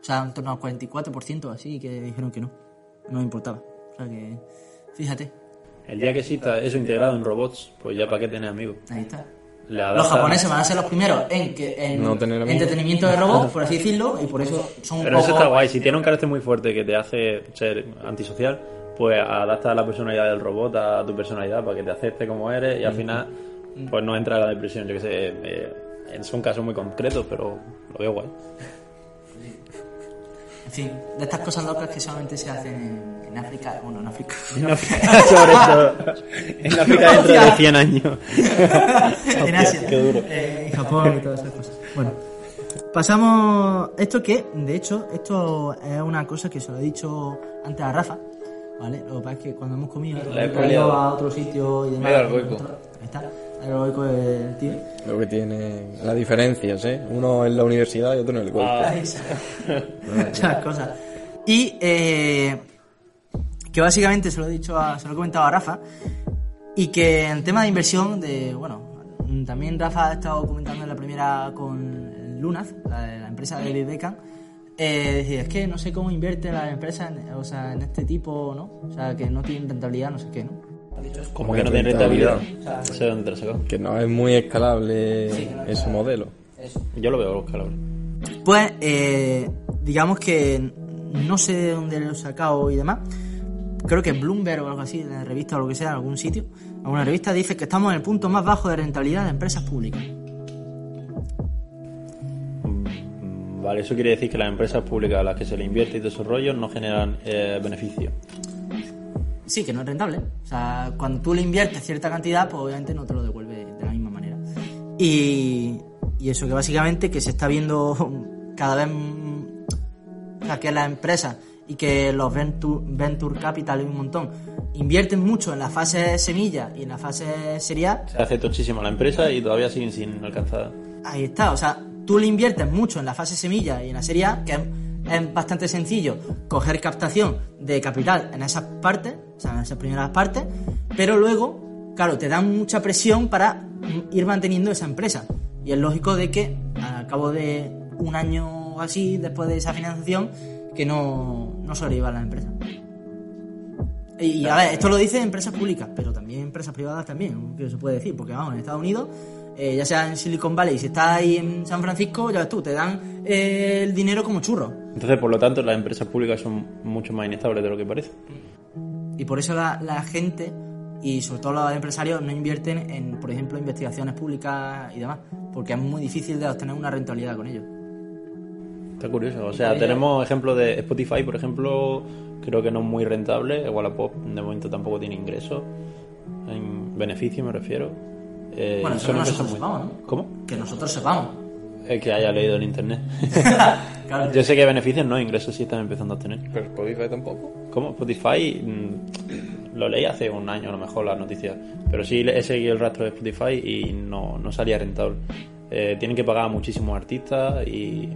Speaker 1: O sea, en torno al 44% así que dijeron que no, no les importaba. O sea que, fíjate,
Speaker 3: El día que exista eso integrado en robots, pues ya para qué tener amigos.
Speaker 1: ahí está.
Speaker 3: Le
Speaker 1: Los
Speaker 3: adaptas-
Speaker 1: japoneses van a ser los primeros en, que, en
Speaker 2: No tener amigos.
Speaker 1: entretenimiento de robots, por así decirlo, y por eso son un
Speaker 3: Pero eso
Speaker 1: poco- eh,
Speaker 3: está guay. Si tiene un carácter muy fuerte que te hace ser antisocial, pues adapta la personalidad del robot a tu personalidad para que te acepte como eres y al final, pues no entra la depresión. Yo que sé, eh, eh, son casos muy concretos, pero lo veo guay.
Speaker 1: En fin, de estas cosas locas que solamente se hacen en, en África, bueno, en África.
Speaker 3: En África, sobre todo. En África dentro de 100 años.
Speaker 1: en Asia.
Speaker 3: qué duro.
Speaker 1: Eh, en Japón y todas esas cosas. Bueno. Pasamos. Esto que, de hecho, esto es una cosa que se lo he dicho antes a Rafa. ¿Vale? Lo que pasa es que cuando hemos comido,
Speaker 3: he
Speaker 1: hemos ido
Speaker 3: comido.
Speaker 1: a otro sitio y demás.
Speaker 3: Me he ido al goico.
Speaker 1: Ahí está. El goico del tío.
Speaker 2: Lo que tiene. Las diferencias, ¿eh? Uno en la universidad y otro en el
Speaker 3: Ah.
Speaker 2: golf.
Speaker 1: Muchas cosas. Y eh, que básicamente se lo he dicho, a- se lo he comentado a Rafa, y que en tema de inversión, de bueno, mm, también Rafa ha estado comentando en la primera con Lunaz, la, de la empresa de David Beckham, eh, decía, es que no sé cómo invierte la empresa en, o sea, en este tipo, ¿no? O sea, que no tiene rentabilidad, no sé qué, ¿no?
Speaker 3: Como que no tiene rentabilidad. No sé dónde te lo sacó.
Speaker 2: Que no es muy escalable ese modelo.
Speaker 3: Yo lo veo, los calores.
Speaker 1: Pues, eh, digamos que no sé de dónde lo he sacado y demás. Creo que Bloomberg o algo así, de la revista o lo que sea, en algún sitio, alguna revista, dice que estamos en el punto más bajo de rentabilidad de empresas públicas.
Speaker 3: Mm, Vale, eso quiere decir que las empresas públicas a las que se le invierte y desarrollo no generan eh, beneficio.
Speaker 1: Sí, que no es rentable. O sea, cuando tú le inviertes cierta cantidad, pues obviamente no te lo devuelve de la misma manera. Y, y eso que básicamente que se está viendo cada vez... mm, O sea, que las empresas y que los venture, venture capital y un montón invierten mucho en la fase semilla y en la fase serial.
Speaker 3: Se hace tochísima la empresa y todavía siguen sin alcanzar.
Speaker 1: Ahí está, o sea, tú le inviertes mucho en la fase semilla y en la serie A, que es, es bastante sencillo coger captación de capital en esas partes, o sea, en esas primeras partes, pero luego, claro, te dan mucha presión para mm, ir manteniendo esa empresa. Y es lógico de que al cabo de un año o así, después de esa financiación, que no, no sobreviva la empresa. Y, y, a ver, esto lo dicen empresas públicas, pero también empresas privadas también, que se puede decir, porque vamos, en Estados Unidos, eh, ya sea en Silicon Valley, si estás ahí en San Francisco, ya ves tú, te dan eh, el dinero como churro.
Speaker 3: Entonces, por lo tanto, las empresas públicas son mucho más inestables de lo que parece.
Speaker 1: Y por eso la, la gente, y sobre todo los empresarios, no invierten en, por ejemplo, investigaciones públicas y demás, porque es muy difícil de obtener una rentabilidad con ellos.
Speaker 3: Está curioso. O sea, tenemos ejemplos de Spotify, por ejemplo, creo que no es muy rentable. Wallapop de momento tampoco tiene ingresos. En beneficio me refiero. Eh,
Speaker 1: Bueno, eso
Speaker 3: son
Speaker 1: no
Speaker 3: empresas
Speaker 1: nosotros sepamos, ¿no?
Speaker 3: ¿Cómo?
Speaker 1: Que nosotros sepamos.
Speaker 3: El que haya leído en internet.
Speaker 1: Claro.
Speaker 3: Yo sé que beneficios no, ingresos sí están empezando a tener.
Speaker 2: Pero Spotify tampoco.
Speaker 3: ¿Cómo? Spotify. mm, Lo leí hace un año, a lo mejor, las noticias. Pero sí he seguido el rastro de Spotify y no, no salía rentable. Eh, tienen que pagar a muchísimos artistas y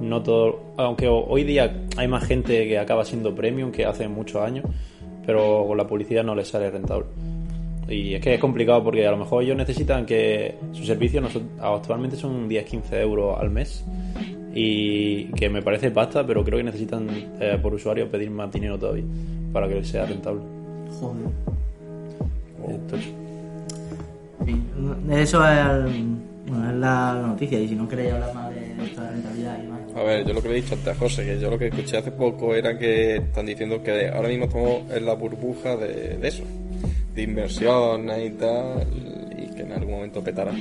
Speaker 3: no todo. Aunque ho- hoy día hay más gente que acaba siendo premium que hace muchos años, pero con la publicidad no les sale rentable. Y es que es complicado porque a lo mejor ellos necesitan que sus servicios noso- actualmente son 10-15 euros al mes y que me parece pasta, pero creo que necesitan eh, por usuario pedir más dinero todavía para que sea rentable.
Speaker 1: Joder.
Speaker 3: Entonces,
Speaker 1: Sí, eso es, bueno, es la, la noticia, y si no queréis hablar más de, esta rentabilidad y demás.
Speaker 2: A ver, yo lo que le he dicho antes a José, que yo lo que escuché hace poco era que están diciendo que ahora mismo estamos en la burbuja de, de eso, de inversión y tal, y que en algún momento petará.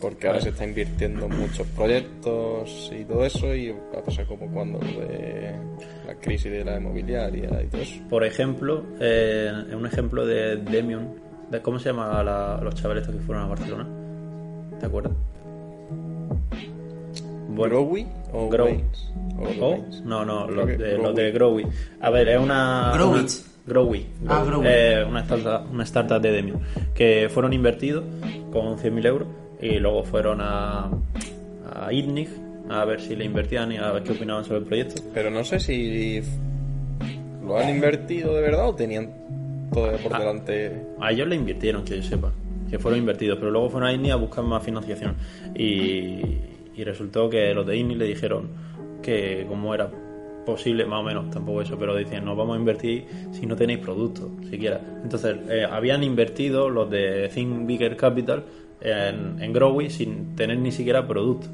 Speaker 2: Porque ahora se está invirtiendo en muchos proyectos y todo eso, y va a pasar como cuando lo de la crisis de la inmobiliaria y todo eso.
Speaker 3: Por ejemplo, eh, un ejemplo de Demion. de- ¿Cómo se llama la- los chavales estos que fueron a Barcelona? ¿Te acuerdas?
Speaker 2: ¿Growy o
Speaker 3: Grow.
Speaker 2: Wales? O
Speaker 3: ¿O?
Speaker 2: Wales.
Speaker 3: No, no,
Speaker 2: Creo
Speaker 3: los
Speaker 2: que
Speaker 3: de,
Speaker 2: Growy.
Speaker 3: los de Growy. A ver, es una.
Speaker 1: Growit.
Speaker 3: una- Growy.
Speaker 1: Ah, Growy.
Speaker 3: Eh, una, startup, una startup de Demion. Que fueron invertidos con 100.000 euros y luego fueron a, a ITNIC a ver si le invertían y a ver qué opinaban sobre el proyecto.
Speaker 2: Pero no sé si lo han invertido de verdad o tenían todo por
Speaker 3: Ah.
Speaker 2: delante.
Speaker 3: A ellos le invirtieron, que yo sepa, que fueron invertidos, pero luego fueron a INNI a buscar más financiación. Y, y resultó que los de INNI le dijeron que como era posible, más o menos, tampoco eso, pero dicen, no vamos a invertir si no tenéis producto, siquiera. Entonces, eh, habían invertido los de Think Bigger Capital en, en Growy sin tener ni siquiera producto.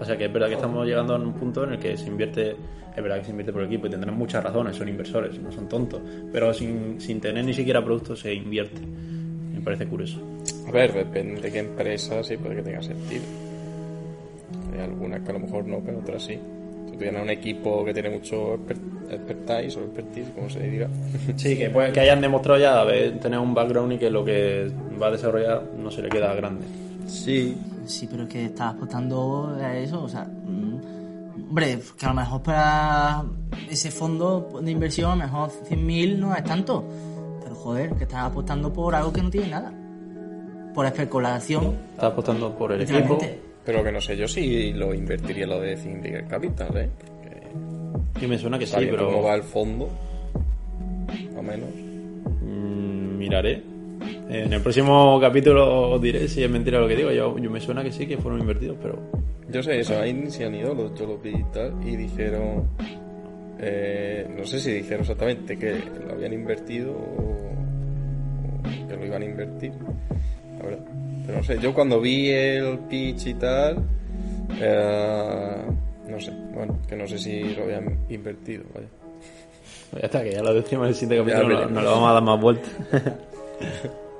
Speaker 3: O sea que es verdad que estamos llegando a un punto en el que se invierte, es verdad que se invierte por equipo y tendrán muchas razones, son inversores, no son tontos, pero sin, sin tener ni siquiera productos se invierte. Me parece curioso.
Speaker 2: A ver, depende de qué empresa, sí puede que tenga sentido. Hay algunas que a lo mejor no, pero otras sí. Si tuvieran un equipo que tiene mucho exper- expertise o expertise, como se diga.
Speaker 3: Sí, que, pues, que hayan demostrado ya haber- tener un background y que lo que va a desarrollar no se le queda grande.
Speaker 2: Sí.
Speaker 1: Sí, pero es que estás apostando a eso, o sea, mm, hombre, que a lo mejor para ese fondo de inversión, a lo mejor 100.000 no es tanto, pero joder, que estás apostando por algo que no tiene nada, por especulación,
Speaker 3: Está apostando por el equipo.
Speaker 1: literalmente.
Speaker 2: Pero que no sé yo si lo invertiría lo de Zindiger Capital, ¿eh? Porque
Speaker 3: Y me suena que sí,
Speaker 2: sabiendo
Speaker 3: pero
Speaker 2: cómo va el fondo, más o menos.
Speaker 3: mm, miraré. En el próximo capítulo os diré si es mentira lo que digo. Yo, yo me suena que sí, que fueron invertidos, pero
Speaker 2: Yo sé eso, ahí se han ido, lo- yo lo vi y tal, y dijeron, eh, no sé si dijeron exactamente que lo habían invertido o, o que lo iban a invertir, la verdad. Pero no sé, yo cuando vi el pitch y tal, eh, no sé, bueno, que no sé si lo habían invertido, vaya.
Speaker 3: Ya está, que ya lo decimos en el siguiente
Speaker 2: Ya
Speaker 3: capítulo, no,
Speaker 2: veremos.
Speaker 3: no lo vamos a dar más vueltas.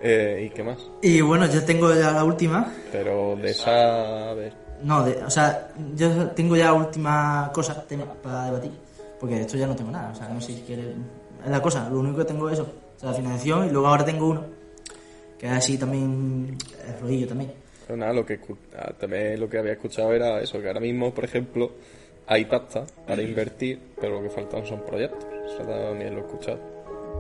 Speaker 2: Eh, ¿Y qué más?
Speaker 1: Y bueno, yo tengo ya la última,
Speaker 2: Pero de esa, a ver,
Speaker 1: no, de- o sea, yo tengo ya la última cosa tema para debatir, porque de esto ya no tengo nada, o sea, no sé si quieres, es la cosa, lo único que tengo es eso, o sea, la financiación, y luego ahora tengo uno, que es así también, es rodillo también.
Speaker 2: Pero nada, lo que escu- ah, también lo que había escuchado era eso, que ahora mismo, por ejemplo, hay pasta para invertir, pero lo que faltan son proyectos. Eso también lo he escuchado.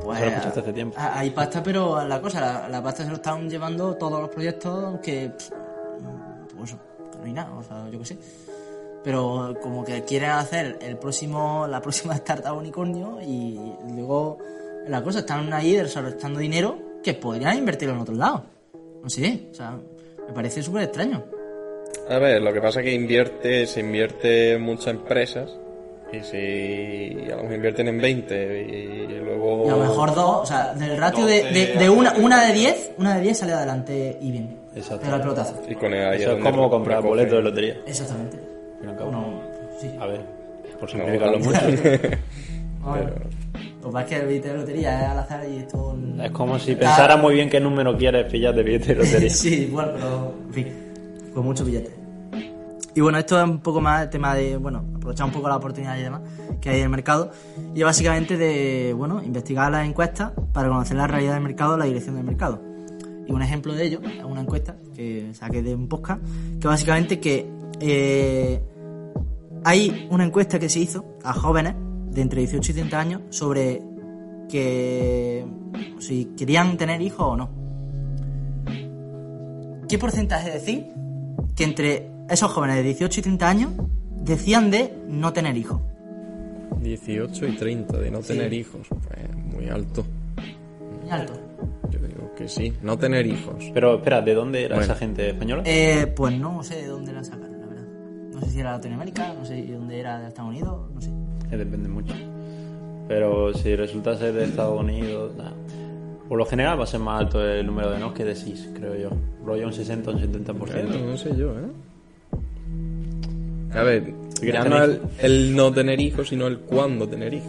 Speaker 1: Pues,
Speaker 3: Eso lo escuchaste hace tiempo.
Speaker 1: a- Hay pasta, pero la cosa, la, la pasta se lo están llevando todos los proyectos que. pff, Pues que no hay nada, o sea, yo qué sé. Pero como que quieren hacer el próximo, la próxima startup unicornio y luego la cosa, están ahí desarrollando dinero que podrían invertirlo en otros lados. No sé, o sea, me parece súper extraño.
Speaker 2: A ver, lo que pasa es que invierte, se invierte en muchas empresas y si a lo mejor invierten en 20 y luego...
Speaker 1: Y a lo mejor dos, o sea, del ratio de, de-
Speaker 2: Doce,
Speaker 1: de una, una de diez, una de diez sale adelante y bien.
Speaker 3: Exacto.
Speaker 1: Pero al pelotazo.
Speaker 2: Y con el- ahí
Speaker 3: Eso es
Speaker 2: donde
Speaker 3: como comprar
Speaker 2: recogen.
Speaker 3: boletos de lotería.
Speaker 1: Exactamente.
Speaker 3: Al cabo.
Speaker 1: Uno, sí.
Speaker 3: A ver, por simplificarlo
Speaker 2: No,
Speaker 3: mucho.
Speaker 1: Bueno, Lo que pasa es que el billete de lotería es al azar y esto. n-
Speaker 3: Es como si
Speaker 1: Ah,
Speaker 3: pensara muy bien qué número quieres pillar de billete de lotería.
Speaker 1: Sí, bueno, pero. En fin, con muchos billetes. Y bueno, esto es un poco más el tema de, bueno, aprovechar un poco la oportunidad y demás que hay en el mercado. Y es básicamente de, bueno, investigar las encuestas para conocer la realidad del mercado, la dirección del mercado. Y un ejemplo de ello es una encuesta que saqué de un podcast, que básicamente que eh, hay una encuesta que se hizo a jóvenes de entre 18 y 30 años sobre que si querían tener hijos o no. ¿Qué porcentaje decís que entre esos jóvenes de 18 y 30 años decían de no tener hijos?
Speaker 2: 18 y 30 de no tener hijos. Pues muy alto.
Speaker 1: Muy alto.
Speaker 2: Yo digo que sí, no tener hijos.
Speaker 3: Pero espera, ¿de dónde era
Speaker 2: Bueno.
Speaker 3: esa gente española?
Speaker 1: Eh, pues no sé de dónde la sacaron, la verdad. No sé si era de Latinoamérica, no sé de dónde era de Estados Unidos, no sé.
Speaker 3: Que depende mucho. Pero si resulta ser de Estados Unidos, nada. Por lo general va a ser más alto el número de nos que de sís, creo yo. Rollo un 60 o un 70%.
Speaker 2: Bueno, no sé yo, ¿eh? A ver, ya no el, el no tener hijos, sino el cuándo tener hijos.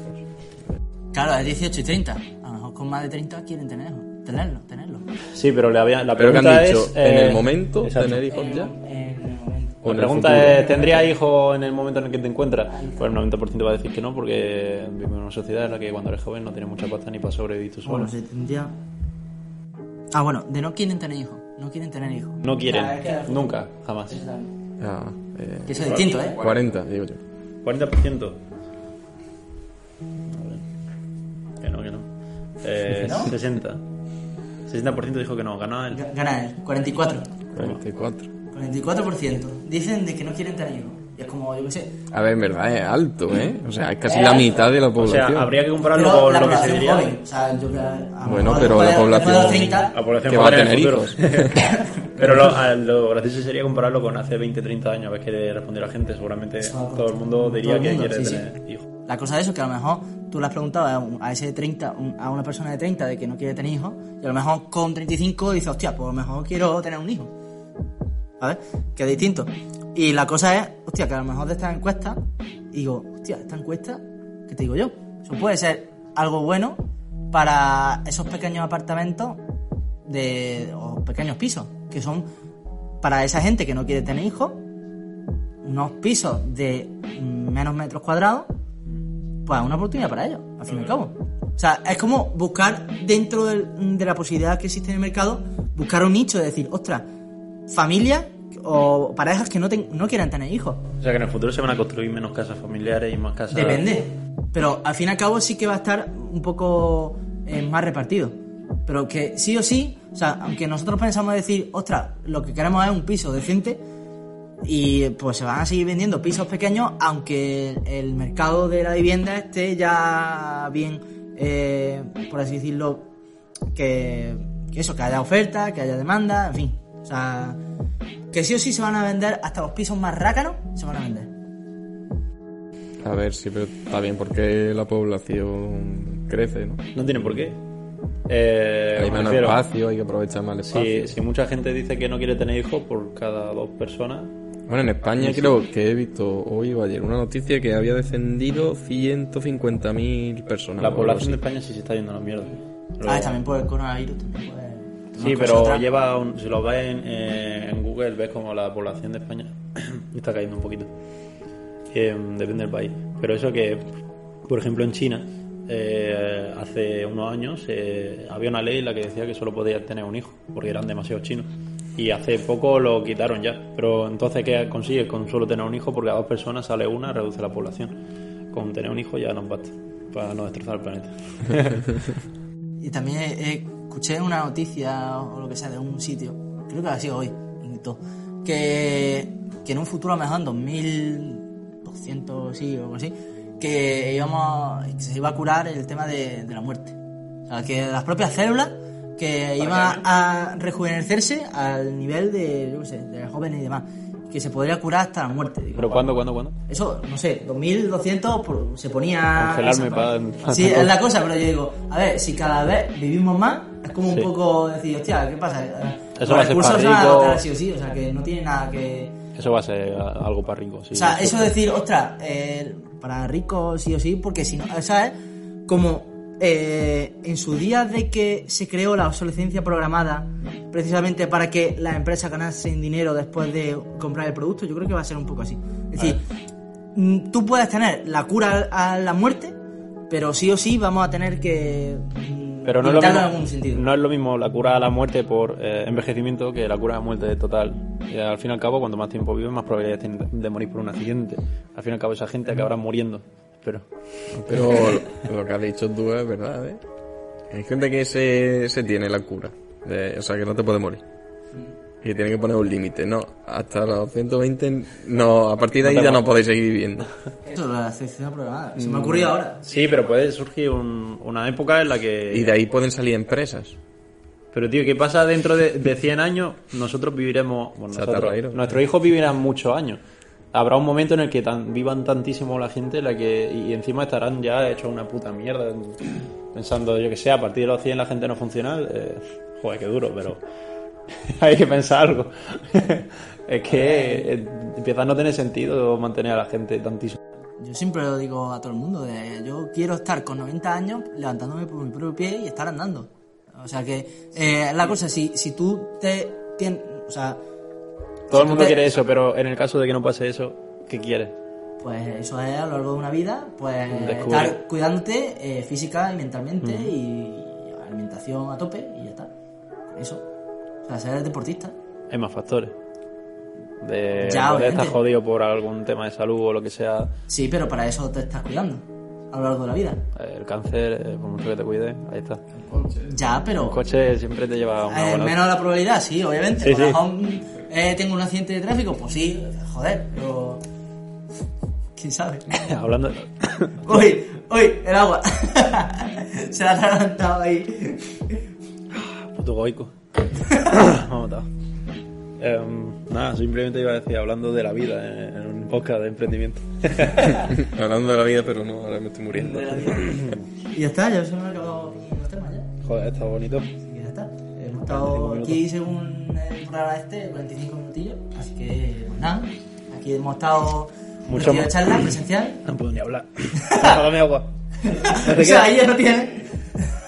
Speaker 1: Claro, es 18 y 30. A lo mejor con más de 30 quieren tenerlo. Tenerlo, tenerlo.
Speaker 3: Sí, pero le había, la
Speaker 2: Pero que
Speaker 3: pregunta
Speaker 2: han dicho,
Speaker 3: es... eh,
Speaker 2: en el momento,
Speaker 3: exacto.
Speaker 2: tener hijos ya.
Speaker 1: En el momento.
Speaker 2: O
Speaker 3: La
Speaker 2: en el
Speaker 3: pregunta
Speaker 2: futuro.
Speaker 3: es, ¿tendría hijos en el momento en el que te encuentras? Pues el 90% va a decir que no, porque vivimos en una sociedad en la que cuando eres joven no tienes mucha pasta ni para sobrevivir tú solo.
Speaker 1: Bueno, se tendría. Ah, bueno, de no quieren tener hijos. No quieren tener hijos.
Speaker 3: No quieren,
Speaker 4: Ah, es que-
Speaker 3: nunca, jamás.
Speaker 2: Ah, eh,
Speaker 1: Que eso es distinto, ¿eh?
Speaker 2: 40, digo yo.
Speaker 3: 40%. A ver. Que no, que no. Eh,
Speaker 1: ¿No?
Speaker 3: 60. 60% dijo que no, ganaba el...
Speaker 1: Ga- Gana él, 44.
Speaker 2: 44.
Speaker 1: 44%. Dicen de que no quieren tener hijos. Y es como, yo qué sé.
Speaker 2: A ver, en verdad es alto, ¿eh? O sea, es casi la mitad de la
Speaker 3: O sea,
Speaker 2: población.
Speaker 3: habría que compararlo
Speaker 1: Pero
Speaker 3: con
Speaker 1: la
Speaker 3: lo que se
Speaker 1: población
Speaker 3: diría...
Speaker 1: joven. O sea, yo que. a lo
Speaker 2: Bueno,
Speaker 1: mejor
Speaker 2: pero la
Speaker 1: después de- después de los
Speaker 2: población-
Speaker 1: 30,
Speaker 3: La población
Speaker 2: Que va a
Speaker 3: joven en el
Speaker 2: tener
Speaker 3: futuro. Pero lo, a- lo gracioso sería compararlo con hace 20, 30 años, a ver qué respondió la gente. Seguramente todo el mundo
Speaker 1: Todo
Speaker 3: diría
Speaker 1: el
Speaker 3: que
Speaker 1: mundo,
Speaker 3: quiere
Speaker 1: sí,
Speaker 3: tener hijos.
Speaker 1: La cosa de eso que a lo mejor tú le has preguntado a, un- a ese de 30, un- a una persona de 30 de que no quiere tener hijos, y a lo mejor con 35 dice, hostia, pues a lo mejor quiero tener un hijo. ¿Sabes? Que es distinto. Y la cosa es, hostia, que a lo mejor de esta encuesta, digo, hostia, esta encuesta, ¿qué te digo yo? Eso puede ser algo bueno para esos pequeños apartamentos de, o pequeños pisos, que son para esa gente que no quiere tener hijos, unos pisos de menos metros cuadrados pues una oportunidad para ellos, al fin y al cabo. O sea, es como buscar dentro del- de la posibilidad que existe en el mercado, buscar un nicho de decir, ostras, familias o parejas que no, ten- no quieran tener hijos.
Speaker 3: O sea, que en el futuro se van a construir menos casas familiares y más casas...
Speaker 1: Depende. Pero al fin y al cabo sí que va a estar un poco eh, más repartido. Pero que sí o sí, o sea, aunque nosotros pensamos decir, ostras, lo que queremos es un piso decente, y pues se van a seguir vendiendo pisos pequeños, aunque el mercado de la vivienda esté ya bien, eh, por así decirlo, que, que eso, que haya oferta, que haya demanda, en fin. O sea, que sí o sí se van a vender, hasta los pisos más rácanos se van a vender.
Speaker 2: A ver, sí, pero está bien porque la población crece, ¿no?
Speaker 3: No tiene por qué. Eh,
Speaker 2: Hay
Speaker 3: me
Speaker 2: menos
Speaker 3: refiero,
Speaker 2: espacio, hay que aprovechar más el espacio.
Speaker 3: Si, si mucha gente dice que no quiere tener hijos por cada dos personas,
Speaker 2: Bueno, en España creo que he visto hoy o ayer una noticia que había descendido 150.000 personas.
Speaker 3: la
Speaker 2: o
Speaker 3: población de
Speaker 2: algo
Speaker 3: España sí se está yendo a la mierda. Pero-
Speaker 1: Ah, y también por el coronavirus. También por el-
Speaker 3: Sí,
Speaker 1: más cosas
Speaker 3: pero
Speaker 1: atrás.
Speaker 3: lleva un- si lo ves en, eh, en Google, ves como la población de España está cayendo un poquito. Eh, depende del país. Pero eso que, por ejemplo, en China, eh, hace unos años eh, había una ley en la que decía que solo podías tener un hijo, porque eran demasiados chinos. Y hace poco lo quitaron ya. Pero entonces, ¿qué consigues con solo tener un hijo? Porque a dos personas sale una, reduce la población. Con tener un hijo ya nos basta para no destrozar el planeta.
Speaker 1: Y también eh, escuché una noticia o lo que sea de un sitio, creo que ha sido hoy, invito, que, que en un futuro, a lo mejor en 2200 sí, o algo así, que, íbamos, que se iba a curar el tema de, de la muerte. O sea, que las propias células que iban a rejuvenecerse al nivel de, yo qué sé, de jóvenes y demás, que se podría curar hasta la muerte. Digo,
Speaker 3: ¿Pero cuándo, cuándo, cuándo?
Speaker 1: Eso, no sé, 2200 por- pues, se ponía.
Speaker 3: Congelarme
Speaker 1: esa-
Speaker 3: pa-
Speaker 1: Sí, es la cosa, pero yo digo, a ver, si cada vez vivimos más, es como
Speaker 3: Sí.
Speaker 1: un poco decir, hostia, ¿qué pasa? Eh,
Speaker 3: Eso va a ser
Speaker 1: recursos
Speaker 3: para
Speaker 1: se van a
Speaker 3: ricos.
Speaker 1: agotar sí o sí, o sea, que no tiene nada que.
Speaker 3: Eso va a ser a- algo para rico. Sí,
Speaker 1: O sea,
Speaker 3: pues, Sí.
Speaker 1: eso de decir, ostras, eh, para ricos sí o sí, porque si no, o sea, es como eh, en su día de que se creó la obsolescencia programada, precisamente para que las empresas ganasen dinero después de comprar el producto, yo creo que va a ser un poco así. Es decir, mm, tú puedes tener la cura a la muerte, pero sí o sí vamos a tener que mm,
Speaker 3: Pero no es,
Speaker 1: limitarlo
Speaker 3: lo
Speaker 1: en
Speaker 3: mismo,
Speaker 1: algún sentido.
Speaker 3: no es lo mismo la cura a la muerte por eh, envejecimiento que la cura a la muerte total. Y al fin y al cabo, cuanto más tiempo vives, más probabilidades tienes de morir por un accidente. Al fin y al cabo, esa gente acabará muriendo. Pero
Speaker 2: así. Pero lo que has dicho tú es verdad, ¿eh? Hay gente que se, se tiene la cura. de- o sea, que no te puede morir. Y tiene que poner un límite, ¿no? Hasta los 120, no, a partir de ahí ya no podéis seguir viviendo.
Speaker 1: Esto de la obsolescencia programada, se me
Speaker 3: Mm.
Speaker 1: ha ocurrido ahora.
Speaker 3: sí, pero puede surgir un- una época en la que.
Speaker 2: Y de ahí pueden salir empresas.
Speaker 3: Pero tío, ¿qué pasa dentro de, de 100 años? Nosotros viviremos... Bueno,
Speaker 2: Se
Speaker 3: nosotros-
Speaker 2: atarraíron.
Speaker 3: nuestros hijos vivirán muchos años. Habrá un momento en el que tan- vivan tantísimo la gente la que y encima estarán ya hechos una puta mierda pensando, yo que sé, a partir de los 100 la gente no funciona. eh, joder, qué duro, pero... Hay que pensar algo. es que eh, empieza a no tener sentido mantener a la gente tantísimo.
Speaker 1: Yo siempre lo digo a todo el mundo, de, yo quiero estar con 90 años levantándome por mi propio pie y estar andando. O sea que eh, la cosa, si, si tú te tienes... O sea,
Speaker 3: Todo el mundo
Speaker 1: te-
Speaker 3: quiere eso, pero en el caso de que no pase eso, ¿qué quieres?
Speaker 1: pues eso es a lo largo de una vida, pues
Speaker 3: Descubre.
Speaker 1: estar cuidándote eh, física y mentalmente y alimentación a tope y ya está. Eso. O sea, ser deportista.
Speaker 3: Hay más factores.
Speaker 1: Ya,
Speaker 3: De poder estar
Speaker 1: obviamente.
Speaker 3: jodido por algún tema de salud o lo que sea,
Speaker 1: Sí, pero para eso te estás cuidando a lo largo de la vida.
Speaker 3: eh, el cáncer, eh, por mucho que te cuides, ahí está.
Speaker 1: Ya,
Speaker 3: El
Speaker 1: pero...
Speaker 3: coche siempre te lleva a una
Speaker 1: Eh,
Speaker 3: buena-
Speaker 1: menos la probabilidad, sí, obviamente. A
Speaker 3: Sí,
Speaker 1: lo
Speaker 3: sí.
Speaker 1: mejor, mm, eh, tengo un accidente de tráfico, pues sí, joder, pero. ¿Quién sabe?
Speaker 3: Hablando
Speaker 1: uy, uy, el agua. Se la ha atragantado ahí.
Speaker 3: Puto goico. Me ha matado. Em, nada, simplemente iba a decir, hablando de la vida eh, en un podcast de emprendimiento.
Speaker 2: Hablando de la vida, pero no, ahora me estoy muriendo.
Speaker 1: y ya está, ya se me han acabado los temas ya.
Speaker 3: Joder, está bonito.
Speaker 1: Así que ya está. Hemos
Speaker 3: 45
Speaker 1: estado
Speaker 3: minutos.
Speaker 1: aquí según el programa este, 45 minutillos. Así que, pues nada, aquí hemos estado.
Speaker 3: Mucho
Speaker 1: una
Speaker 3: más.
Speaker 1: charla presencial.
Speaker 3: No puedo ni hablar. Dame agua. No
Speaker 1: O sea,
Speaker 3: te queda.
Speaker 1: ahí ya no tiene.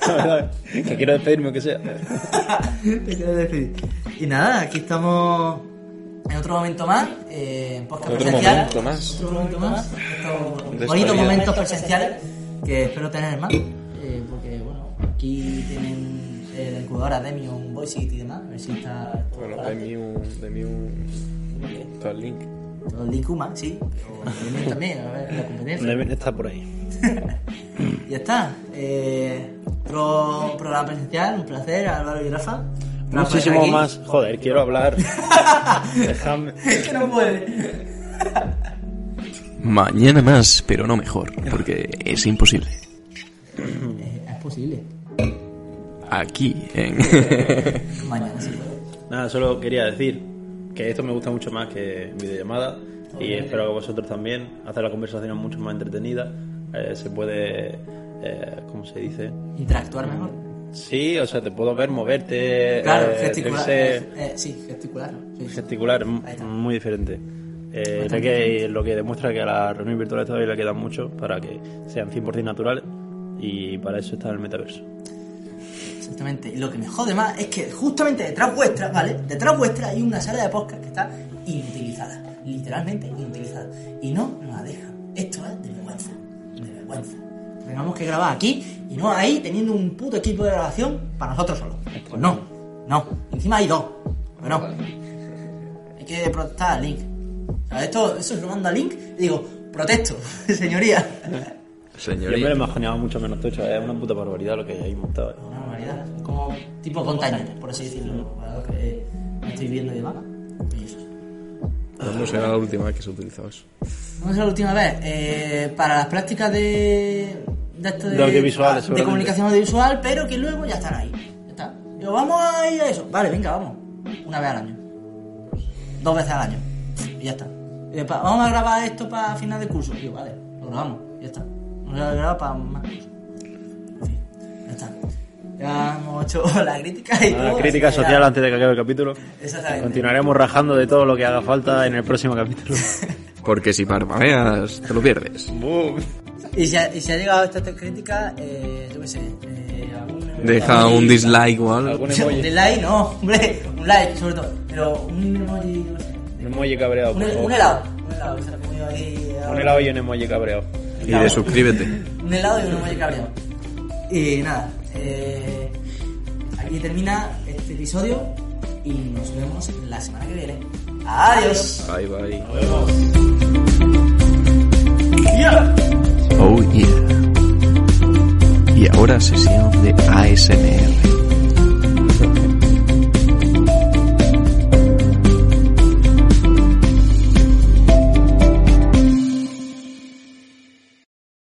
Speaker 3: que quiero despedirme o que sea.
Speaker 1: Te quiero decir. Y nada, aquí estamos en otro momento más, eh, en podcast
Speaker 2: Otro
Speaker 1: presencial.
Speaker 2: momento más.
Speaker 1: Otro momento más. Estos
Speaker 2: Despedida.
Speaker 1: bonitos momentos presenciales que espero tener más. eh, porque, bueno, aquí tienen eh, la incubadora Demium, Voice It y demás. A ver si está todo,
Speaker 2: Bueno,
Speaker 1: para
Speaker 2: de mí un. De mí un.
Speaker 1: adelante.
Speaker 2: Está el link.
Speaker 1: Todo el Likuma, sí. Pero Demium también, a ver, la competencia.
Speaker 3: Deben estar por ahí.
Speaker 1: Ya está. Eh, otro programa presencial, un placer, Álvaro y Rafa. Rafa,
Speaker 3: Muchísimo
Speaker 1: aquí.
Speaker 3: más. Joder, quiero hablar. Déjame.
Speaker 1: Es que no puede.
Speaker 4: Mañana más, pero no mejor, porque es imposible.
Speaker 1: Eh, es posible.
Speaker 4: Aquí, en...
Speaker 1: Mañana sí puede.
Speaker 3: Nada, solo quería decir que esto me gusta mucho más que videollamada y espero que vosotros también. Hacer la conversación mucho más entretenida. Eh, se puede, eh, ¿cómo se dice?
Speaker 1: Interactuar mejor.
Speaker 3: Sí, o sea, te puedo ver moverte.
Speaker 1: Claro,
Speaker 3: eh,
Speaker 1: gesticular.
Speaker 3: yo qué sé,
Speaker 1: eh, eh, sí, gesticular. sí, sí.
Speaker 3: gesticular, m-
Speaker 1: Ahí está.
Speaker 3: muy diferente. Eh, lo, que, lo que demuestra que a la reunión virtual todavía le quedan mucho para que sean 100% naturales y para eso está el metaverso.
Speaker 1: Exactamente. Y lo que me jode más es que justamente detrás vuestra, ¿vale? Detrás vuestra hay una sala de podcast que está inutilizada. Literalmente inutilizada. Y no nos la dejan. Esto es de vergüenza. De vergüenza. Tengamos que grabar aquí y no ahí teniendo un puto equipo de grabación para nosotros solos. Pues no. No. Encima hay dos. Pero no. Hay que protestar al Link. O sea, esto, eso se lo mando a Link y digo, protesto, señoría.
Speaker 3: Yo me lo
Speaker 4: Señorita.
Speaker 3: imaginaba mucho menos tocho, es una puta barbaridad lo que hay ahí montado. eh.
Speaker 1: Una barbaridad. Como tipo container, por así decirlo. Para lo que eh, me estoy viendo y demás. Y eso.
Speaker 2: ¿Cuándo será la última vez que se utilizó eso?
Speaker 1: ¿Cuándo será la última vez? Eh, para las prácticas de. De, esto
Speaker 3: De audiovisuales,
Speaker 1: de
Speaker 3: seguramente.
Speaker 1: comunicación audiovisual, pero que luego ya están ahí. Ya está. Digo, vamos a ir a eso. Vale, venga, vamos. Una vez al año. Dos veces al año. Y ya está. Eh, pa- vamos a grabar esto para final de curso. Digo, vale, lo grabamos. Ya está. No se grabado para más cursos. En fin, ya está. Ya hemos hecho la crítica y
Speaker 3: Nada,
Speaker 1: todo,
Speaker 3: Ah, crítica
Speaker 1: así que Eh, ya-
Speaker 3: social antes de que acabe el capítulo.
Speaker 1: Exactamente.
Speaker 3: Continuaremos rajando de todo lo que haga falta en el próximo capítulo.
Speaker 4: Porque si parpadeas, te lo pierdes.
Speaker 1: Y si ha, y si ha llegado esta crítica, eh, yo qué sé. Eh, algún-
Speaker 4: Deja un dislike o algo.
Speaker 3: Algún
Speaker 1: Un
Speaker 3: emoji,
Speaker 1: dislike, no, hombre, un like sobre todo. Pero un emoji, yo qué sé.
Speaker 3: un emoji cabreado.
Speaker 1: un,
Speaker 3: por favor.
Speaker 1: un helado. Un helado, que se lo pongo yo ahí. a-
Speaker 3: Un helado y un emoji cabreado.
Speaker 4: Y de suscríbete.
Speaker 1: Un helado y un emoji cabreado. Y nada, eh, aquí termina este episodio y nos vemos la semana que viene. Adiós.
Speaker 2: Bye, bye.
Speaker 4: Oh yeah. Y ahora sesión de ASMR.